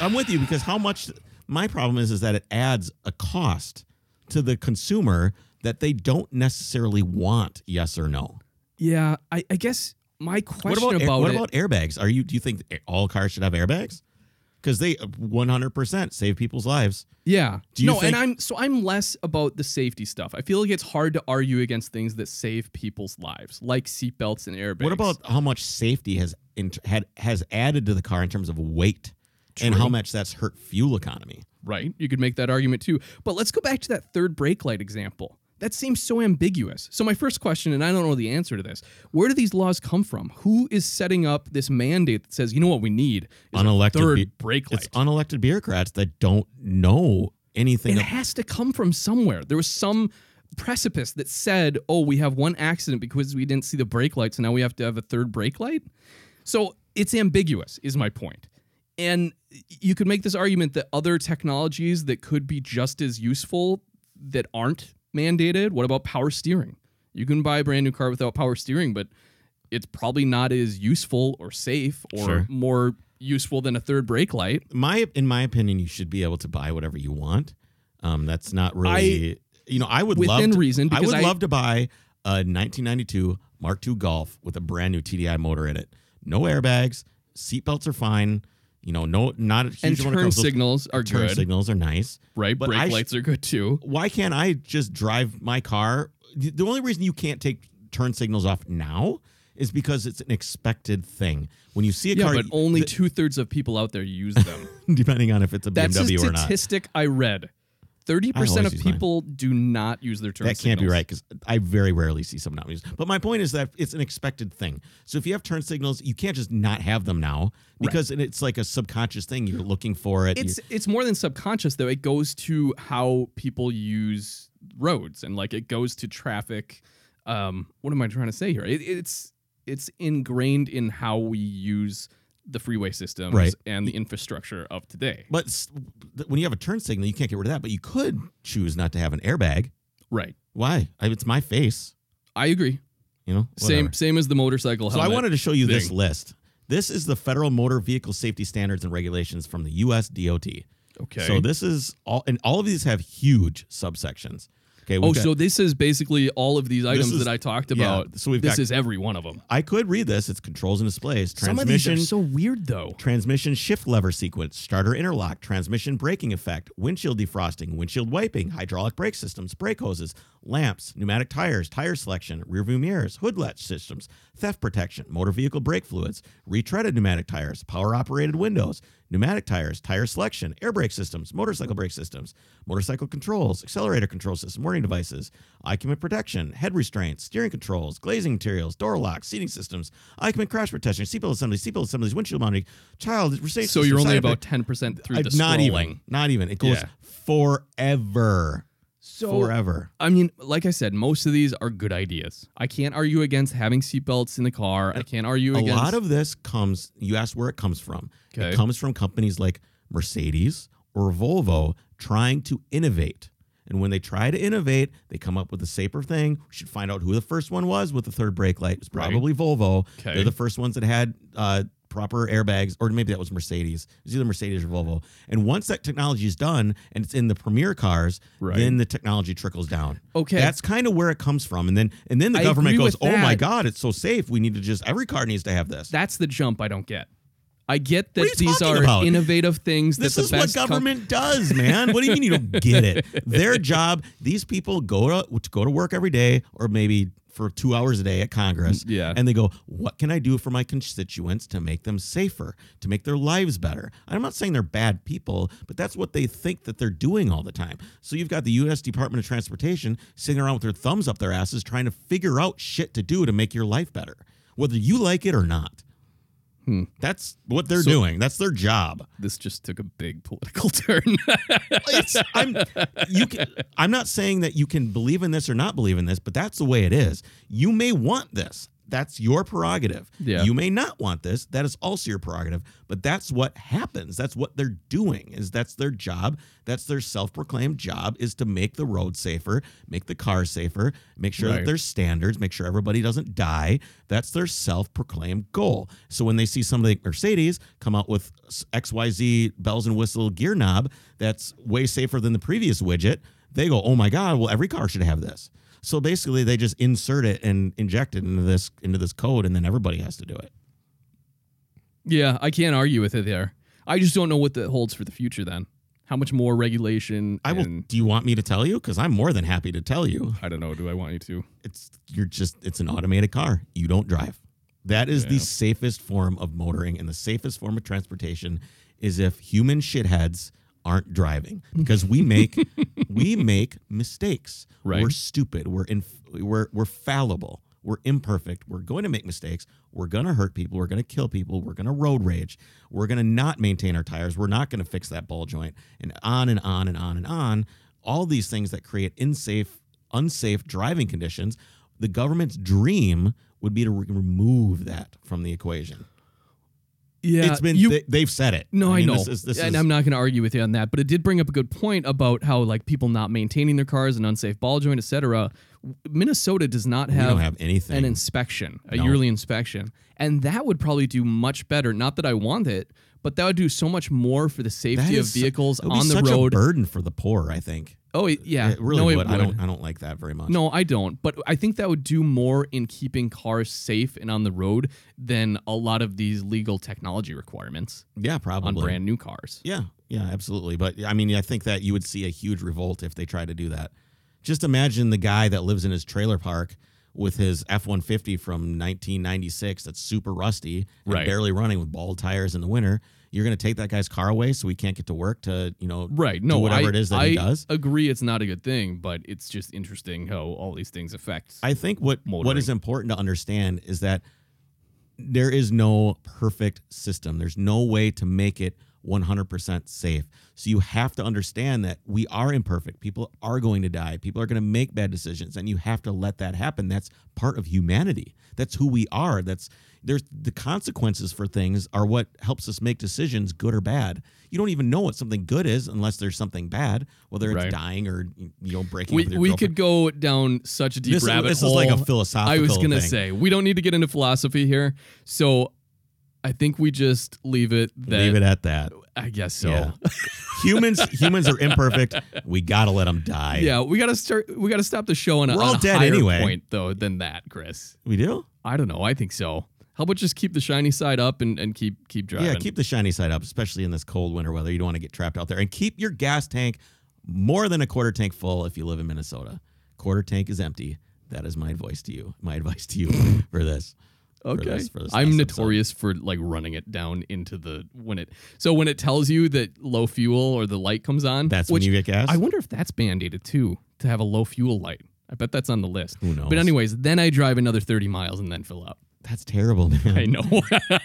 Speaker 1: i'm with you because how much my problem is is that it adds a cost to the consumer that they don't necessarily want yes or no
Speaker 2: Yeah, I, I guess my question
Speaker 1: what about, air-
Speaker 2: about,
Speaker 1: what
Speaker 2: it.
Speaker 1: about airbags are you do you think all cars should have airbags because they uh, 100% save people's lives
Speaker 2: yeah,
Speaker 1: do you
Speaker 2: no,
Speaker 1: think-
Speaker 2: and I'm so I'm less about the safety stuff. I feel like it's hard to argue against things that save people's lives, like seatbelts and airbags.
Speaker 1: what about how much safety has in, had has added to the car in terms of weight and how much that's hurt fuel economy
Speaker 2: right? You could make that argument too. But let's go back to that third brake light example. That seems so ambiguous. So my first question, and I don't know the answer to this: Where do these laws come from? Who is setting up this mandate that says, you know what we need is a
Speaker 1: Unelected
Speaker 2: third
Speaker 1: be-
Speaker 2: brake light?
Speaker 1: it's unelected bureaucrats that don't know anything
Speaker 2: It
Speaker 1: ab-
Speaker 2: has to come from somewhere. There was some precipice that said, "Oh, we have one accident because we didn't see the brake light, so now we have to have a third brake light." So it's ambiguous, is my point. And you could make this argument that other technologies that could be just as useful that aren't mandated. What about power steering? You can buy a brand new car without power steering, but it's probably not as useful or safe or
Speaker 1: Sure.
Speaker 2: more useful than a third brake light.
Speaker 1: my in my opinion, you should be able to buy whatever you want. Um, that's not really you know. I would love
Speaker 2: Within
Speaker 1: to,
Speaker 2: reason,
Speaker 1: I
Speaker 2: because
Speaker 1: would
Speaker 2: I-
Speaker 1: love to buy a 1992 Mark II Golf with a brand new TDI motor in it. No airbags, seatbelts are fine. You know, no, not a huge
Speaker 2: And
Speaker 1: amount of
Speaker 2: turn
Speaker 1: commercials.
Speaker 2: signals are
Speaker 1: Turn
Speaker 2: good.
Speaker 1: signals are nice.
Speaker 2: right?
Speaker 1: But
Speaker 2: Brake
Speaker 1: I sh-
Speaker 2: lights are good too.
Speaker 1: Why can't I just drive my car? The the only reason you can't take turn signals off now is because it's an expected thing. When you see a
Speaker 2: Yeah,
Speaker 1: car,
Speaker 2: but only two thirds of people out there use them.
Speaker 1: depending on if it's a
Speaker 2: That's a
Speaker 1: BMW or not.
Speaker 2: statistic I read. Thirty percent of
Speaker 1: use mine.
Speaker 2: people do not use their turn.
Speaker 1: that can't be
Speaker 2: signals.
Speaker 1: right because I very rarely see someone not use. But my point is that it's an expected thing. So if you have turn signals, you can't just not have them now because and it's like a subconscious thing. You're looking for it.
Speaker 2: It's it's more than subconscious though. It goes to how people use roads and like it goes to traffic. Um, what am I trying to say here? It, it's it's ingrained in how we use the freeway systems
Speaker 1: Right.
Speaker 2: and the infrastructure of today.
Speaker 1: but s- th- when you have a turn signal, you can't get rid of that. But you could choose not to have an airbag.
Speaker 2: Right.
Speaker 1: Why? I, it's my face.
Speaker 2: I agree.
Speaker 1: You know.
Speaker 2: Same same as the motorcycle.
Speaker 1: So I
Speaker 2: helmet.
Speaker 1: wanted to show you this
Speaker 2: thing.
Speaker 1: list. This is the Federal Motor Vehicle Safety Standards and Regulations from the U.S. DOT.
Speaker 2: Okay.
Speaker 1: So this is all, and all of these have huge subsections. Okay. we've
Speaker 2: oh,
Speaker 1: got-
Speaker 2: so this is basically all of these items
Speaker 1: is-
Speaker 2: that I talked
Speaker 1: yeah,
Speaker 2: about.
Speaker 1: so we've
Speaker 2: this
Speaker 1: got-
Speaker 2: is every one of them.
Speaker 1: I could read this. It's controls and displays,
Speaker 2: Some of these
Speaker 1: transmission,
Speaker 2: are so weird though.
Speaker 1: transmission shift lever sequence, starter interlock, transmission braking effect, windshield defrosting, windshield wiping, hydraulic brake systems, brake hoses, lamps, pneumatic tires, tire selection, rearview mirrors, hood latch systems, theft protection, motor vehicle brake fluids, retreaded pneumatic tires, power operated windows, pneumatic tires, tire selection, air brake systems, motorcycle brake systems, motorcycle controls, accelerator control system, warning devices, occupant protection, head restraints, steering controls, glazing materials, door locks, seating systems, occupant crash protection, seatbelt assemblies, seatbelt assemblies, windshield mounting, child restraint.
Speaker 2: So
Speaker 1: system,
Speaker 2: you're only
Speaker 1: side
Speaker 2: about
Speaker 1: effect-
Speaker 2: ten percent through
Speaker 1: I-
Speaker 2: the
Speaker 1: not
Speaker 2: scrolling.
Speaker 1: even, not even. It goes
Speaker 2: Yeah.
Speaker 1: forever,
Speaker 2: So
Speaker 1: forever.
Speaker 2: I mean, like I said, most of these are good ideas. I can't argue against having seatbelts in the car. I can't argue
Speaker 1: A
Speaker 2: against
Speaker 1: lot of this comes. You asked where it comes from.
Speaker 2: Okay.
Speaker 1: It comes from companies like Mercedes or Volvo trying to innovate. And when they try to innovate, they come up with a safer thing. We should find out who the first one was with the third brake light. It was
Speaker 2: Right.
Speaker 1: probably Volvo.
Speaker 2: Okay.
Speaker 1: They're the first ones that had uh, proper airbags, or maybe that was Mercedes. It was either Mercedes or Volvo. And once that technology is done and it's in the premier cars,
Speaker 2: Right.
Speaker 1: then the technology trickles down.
Speaker 2: Okay.
Speaker 1: That's kind of where it comes from. And then and then the
Speaker 2: I
Speaker 1: government
Speaker 2: agree
Speaker 1: goes,
Speaker 2: with
Speaker 1: "Oh my
Speaker 2: that.
Speaker 1: god, it's so safe. We need to just every car needs to have this."
Speaker 2: that's the jump I don't get. I get that
Speaker 1: What are you
Speaker 2: these
Speaker 1: talking
Speaker 2: are
Speaker 1: about?
Speaker 2: innovative things.
Speaker 1: This
Speaker 2: that the
Speaker 1: is what
Speaker 2: best com-
Speaker 1: government does, man. What do you mean you don't get it? Their job. These people go to, to go to work every day, or maybe for two hours a day at Congress.
Speaker 2: Mm, Yeah.
Speaker 1: and they go, "What can I do for my constituents to make them safer, to make their lives better?" And I'm not saying they're bad people, but that's what they think that they're doing all the time. So you've got the U.S. Department of Transportation sitting around with their thumbs up their asses, trying to figure out shit to do to make your life better, whether you like it or not. That's what they're
Speaker 2: Hmm. So-
Speaker 1: doing. That's their job
Speaker 2: this just took a big political turn.
Speaker 1: it's, I'm, you can, I'm not saying that you can believe in this or not believe in this, but that's the way it is. You may want this. That's your prerogative.
Speaker 2: Yeah.
Speaker 1: You may not want this. That is also your prerogative. But that's what happens. That's what they're doing. Is that's their job. That's their self-proclaimed job is to make the road safer, make the car safer, make sure
Speaker 2: Right.
Speaker 1: that there's standards, make sure everybody doesn't die. That's their self-proclaimed goal. So when they see somebody like Mercedes come out with s- XYZ bells and whistle gear knob that's way safer than the previous widget, they go, "Oh my god, well every car should have this." So basically they just insert it and inject it into this into this code and then everybody has to do it.
Speaker 2: yeah, I can't argue with it there. I just don't know what that holds for the future. Then, how much more regulation?
Speaker 1: I will
Speaker 2: and-
Speaker 1: do you want me to tell you cuz I'm more than happy to tell you.
Speaker 2: I don't know. Do I want you to?
Speaker 1: It's you're just it's an automated car. You don't drive. That is the
Speaker 2: Yeah.
Speaker 1: safest form of motoring and the safest form of transportation is if human shitheads aren't driving because we make we make mistakes.
Speaker 2: Right.
Speaker 1: We're stupid. We're inf- we're we're fallible. We're imperfect. We're going to make mistakes. We're going to hurt people. We're going to kill people. We're going to road rage. We're going to not maintain our tires. We're not going to fix that ball joint and on and on and on and on. All these things that create unsafe unsafe driving conditions. The government's dream would be to re- remove that from the equation.
Speaker 2: Yeah,
Speaker 1: it's been
Speaker 2: you
Speaker 1: they, they've said it.
Speaker 2: No, I,
Speaker 1: mean,
Speaker 2: know,
Speaker 1: This is, this
Speaker 2: and
Speaker 1: is-
Speaker 2: I'm not going to argue with you on that. But it did bring up a good point about how like people not maintaining their cars and unsafe ball joint, etc. Minnesota does not
Speaker 1: we
Speaker 2: have,
Speaker 1: don't have anything.
Speaker 2: an inspection, a
Speaker 1: No.
Speaker 2: yearly inspection, and that would probably do much better. Not that I want it, but that would do so much more for the
Speaker 1: That
Speaker 2: safety of
Speaker 1: is-
Speaker 2: vehicles
Speaker 1: it would be
Speaker 2: on the
Speaker 1: such
Speaker 2: road.
Speaker 1: a burden for the poor. I think.
Speaker 2: oh, it- yeah,
Speaker 1: It really
Speaker 2: no, it
Speaker 1: would. I don't. I don't like that very much.
Speaker 2: No, I don't. But I think that would do more in keeping cars safe and on the road than a lot of these legal technology requirements
Speaker 1: Yeah, probably.
Speaker 2: on brand new cars.
Speaker 1: Yeah, yeah, absolutely. But I mean, I think that you would see a huge revolt if they try to do that. Just imagine the guy that lives in his trailer park with his F one fifty from nineteen ninety six that's super rusty and
Speaker 2: Right.
Speaker 1: barely running with bald tires in the winter. you're going to take that guy's car away so he can't get to work to, you know,
Speaker 2: Right. No,
Speaker 1: do whatever
Speaker 2: I-
Speaker 1: it is that
Speaker 2: I
Speaker 1: he does.
Speaker 2: agree it's not a good thing, but it's just interesting how all these things affect.
Speaker 1: I think what what
Speaker 2: Motoring.
Speaker 1: is important to understand is that there is no perfect system. There's no way to make it 100% safe. So you have to understand that we are imperfect. People are going to die. People are going to make bad decisions and you have to let that happen. That's part of humanity. That's who we are. That's there's the consequences for things are what helps us make decisions good or bad. You don't even know what something good is unless there's something bad, whether it's
Speaker 2: Right.
Speaker 1: dying or you know breaking
Speaker 2: we
Speaker 1: up with your
Speaker 2: we
Speaker 1: girlfriend.
Speaker 2: could go down such a deep
Speaker 1: This is-
Speaker 2: rabbit
Speaker 1: this is
Speaker 2: hole.
Speaker 1: like a
Speaker 2: I
Speaker 1: philosophical
Speaker 2: was gonna
Speaker 1: thing.
Speaker 2: say we don't need to get into philosophy here, so I think we just leave it. That
Speaker 1: leave it at that.
Speaker 2: I guess so.
Speaker 1: Yeah. humans humans are imperfect. We gotta let them die.
Speaker 2: Yeah, we gotta start. We gotta stop the show on a,
Speaker 1: We're all
Speaker 2: on a
Speaker 1: dead
Speaker 2: higher
Speaker 1: anyway.
Speaker 2: point though than that, Chris.
Speaker 1: we do.
Speaker 2: I don't know. I think so. How about just keep the shiny side up and, and keep keep driving?
Speaker 1: Yeah, keep the shiny side up, especially in this cold winter weather. You don't want to get trapped out there, and keep your gas tank more than a quarter tank full if you live in Minnesota. Quarter tank is empty. That is my advice to you. My advice to you for this. for
Speaker 2: Okay.
Speaker 1: this- for this
Speaker 2: I'm
Speaker 1: last episode.
Speaker 2: notorious for like running it down into the when it so when it tells you that low fuel or the light comes on.
Speaker 1: That's
Speaker 2: which
Speaker 1: when you get gas.
Speaker 2: I wonder if that's mandated too to have a low fuel light. I bet that's on the list.
Speaker 1: Who knows?
Speaker 2: But anyways, then I drive another 30 miles and then fill up.
Speaker 1: That's terrible, man.
Speaker 2: I know.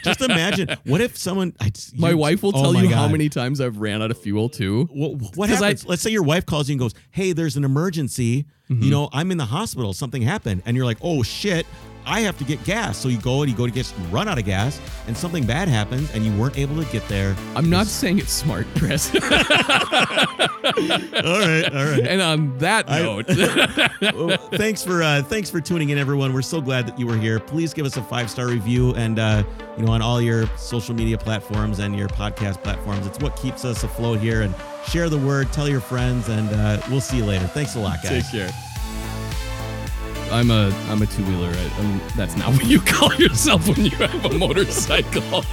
Speaker 1: Just imagine. What if someone? I,
Speaker 2: my
Speaker 1: you-
Speaker 2: wife will
Speaker 1: oh
Speaker 2: tell
Speaker 1: my
Speaker 2: you how
Speaker 1: God.
Speaker 2: many times I've ran out of fuel too.
Speaker 1: What, what
Speaker 2: 'Cause I-
Speaker 1: happens? Let's say your wife calls you and goes, "Hey, there's an emergency. You know, I'm in the hospital. Something happened." And you're like, "Oh shit, I have to get gas." So you go and you go to get you run out of gas, and something bad happens, and you weren't able to get there.
Speaker 2: I'm not saying it's smart, Chris.
Speaker 1: all right, all right.
Speaker 2: and on that
Speaker 1: I-
Speaker 2: note,
Speaker 1: Well, thanks for uh, thanks for tuning in, everyone. We're so glad that you were here. Please give us a five star review, and uh, you know, on all your social media platforms and your podcast platforms. It's what keeps us afloat here. And share the word, tell your friends, and uh, we'll see you later. Thanks a lot, guys.
Speaker 2: Take care. I'm a I'm a um, two wheeler. That's not what you call yourself when you have a motorcycle.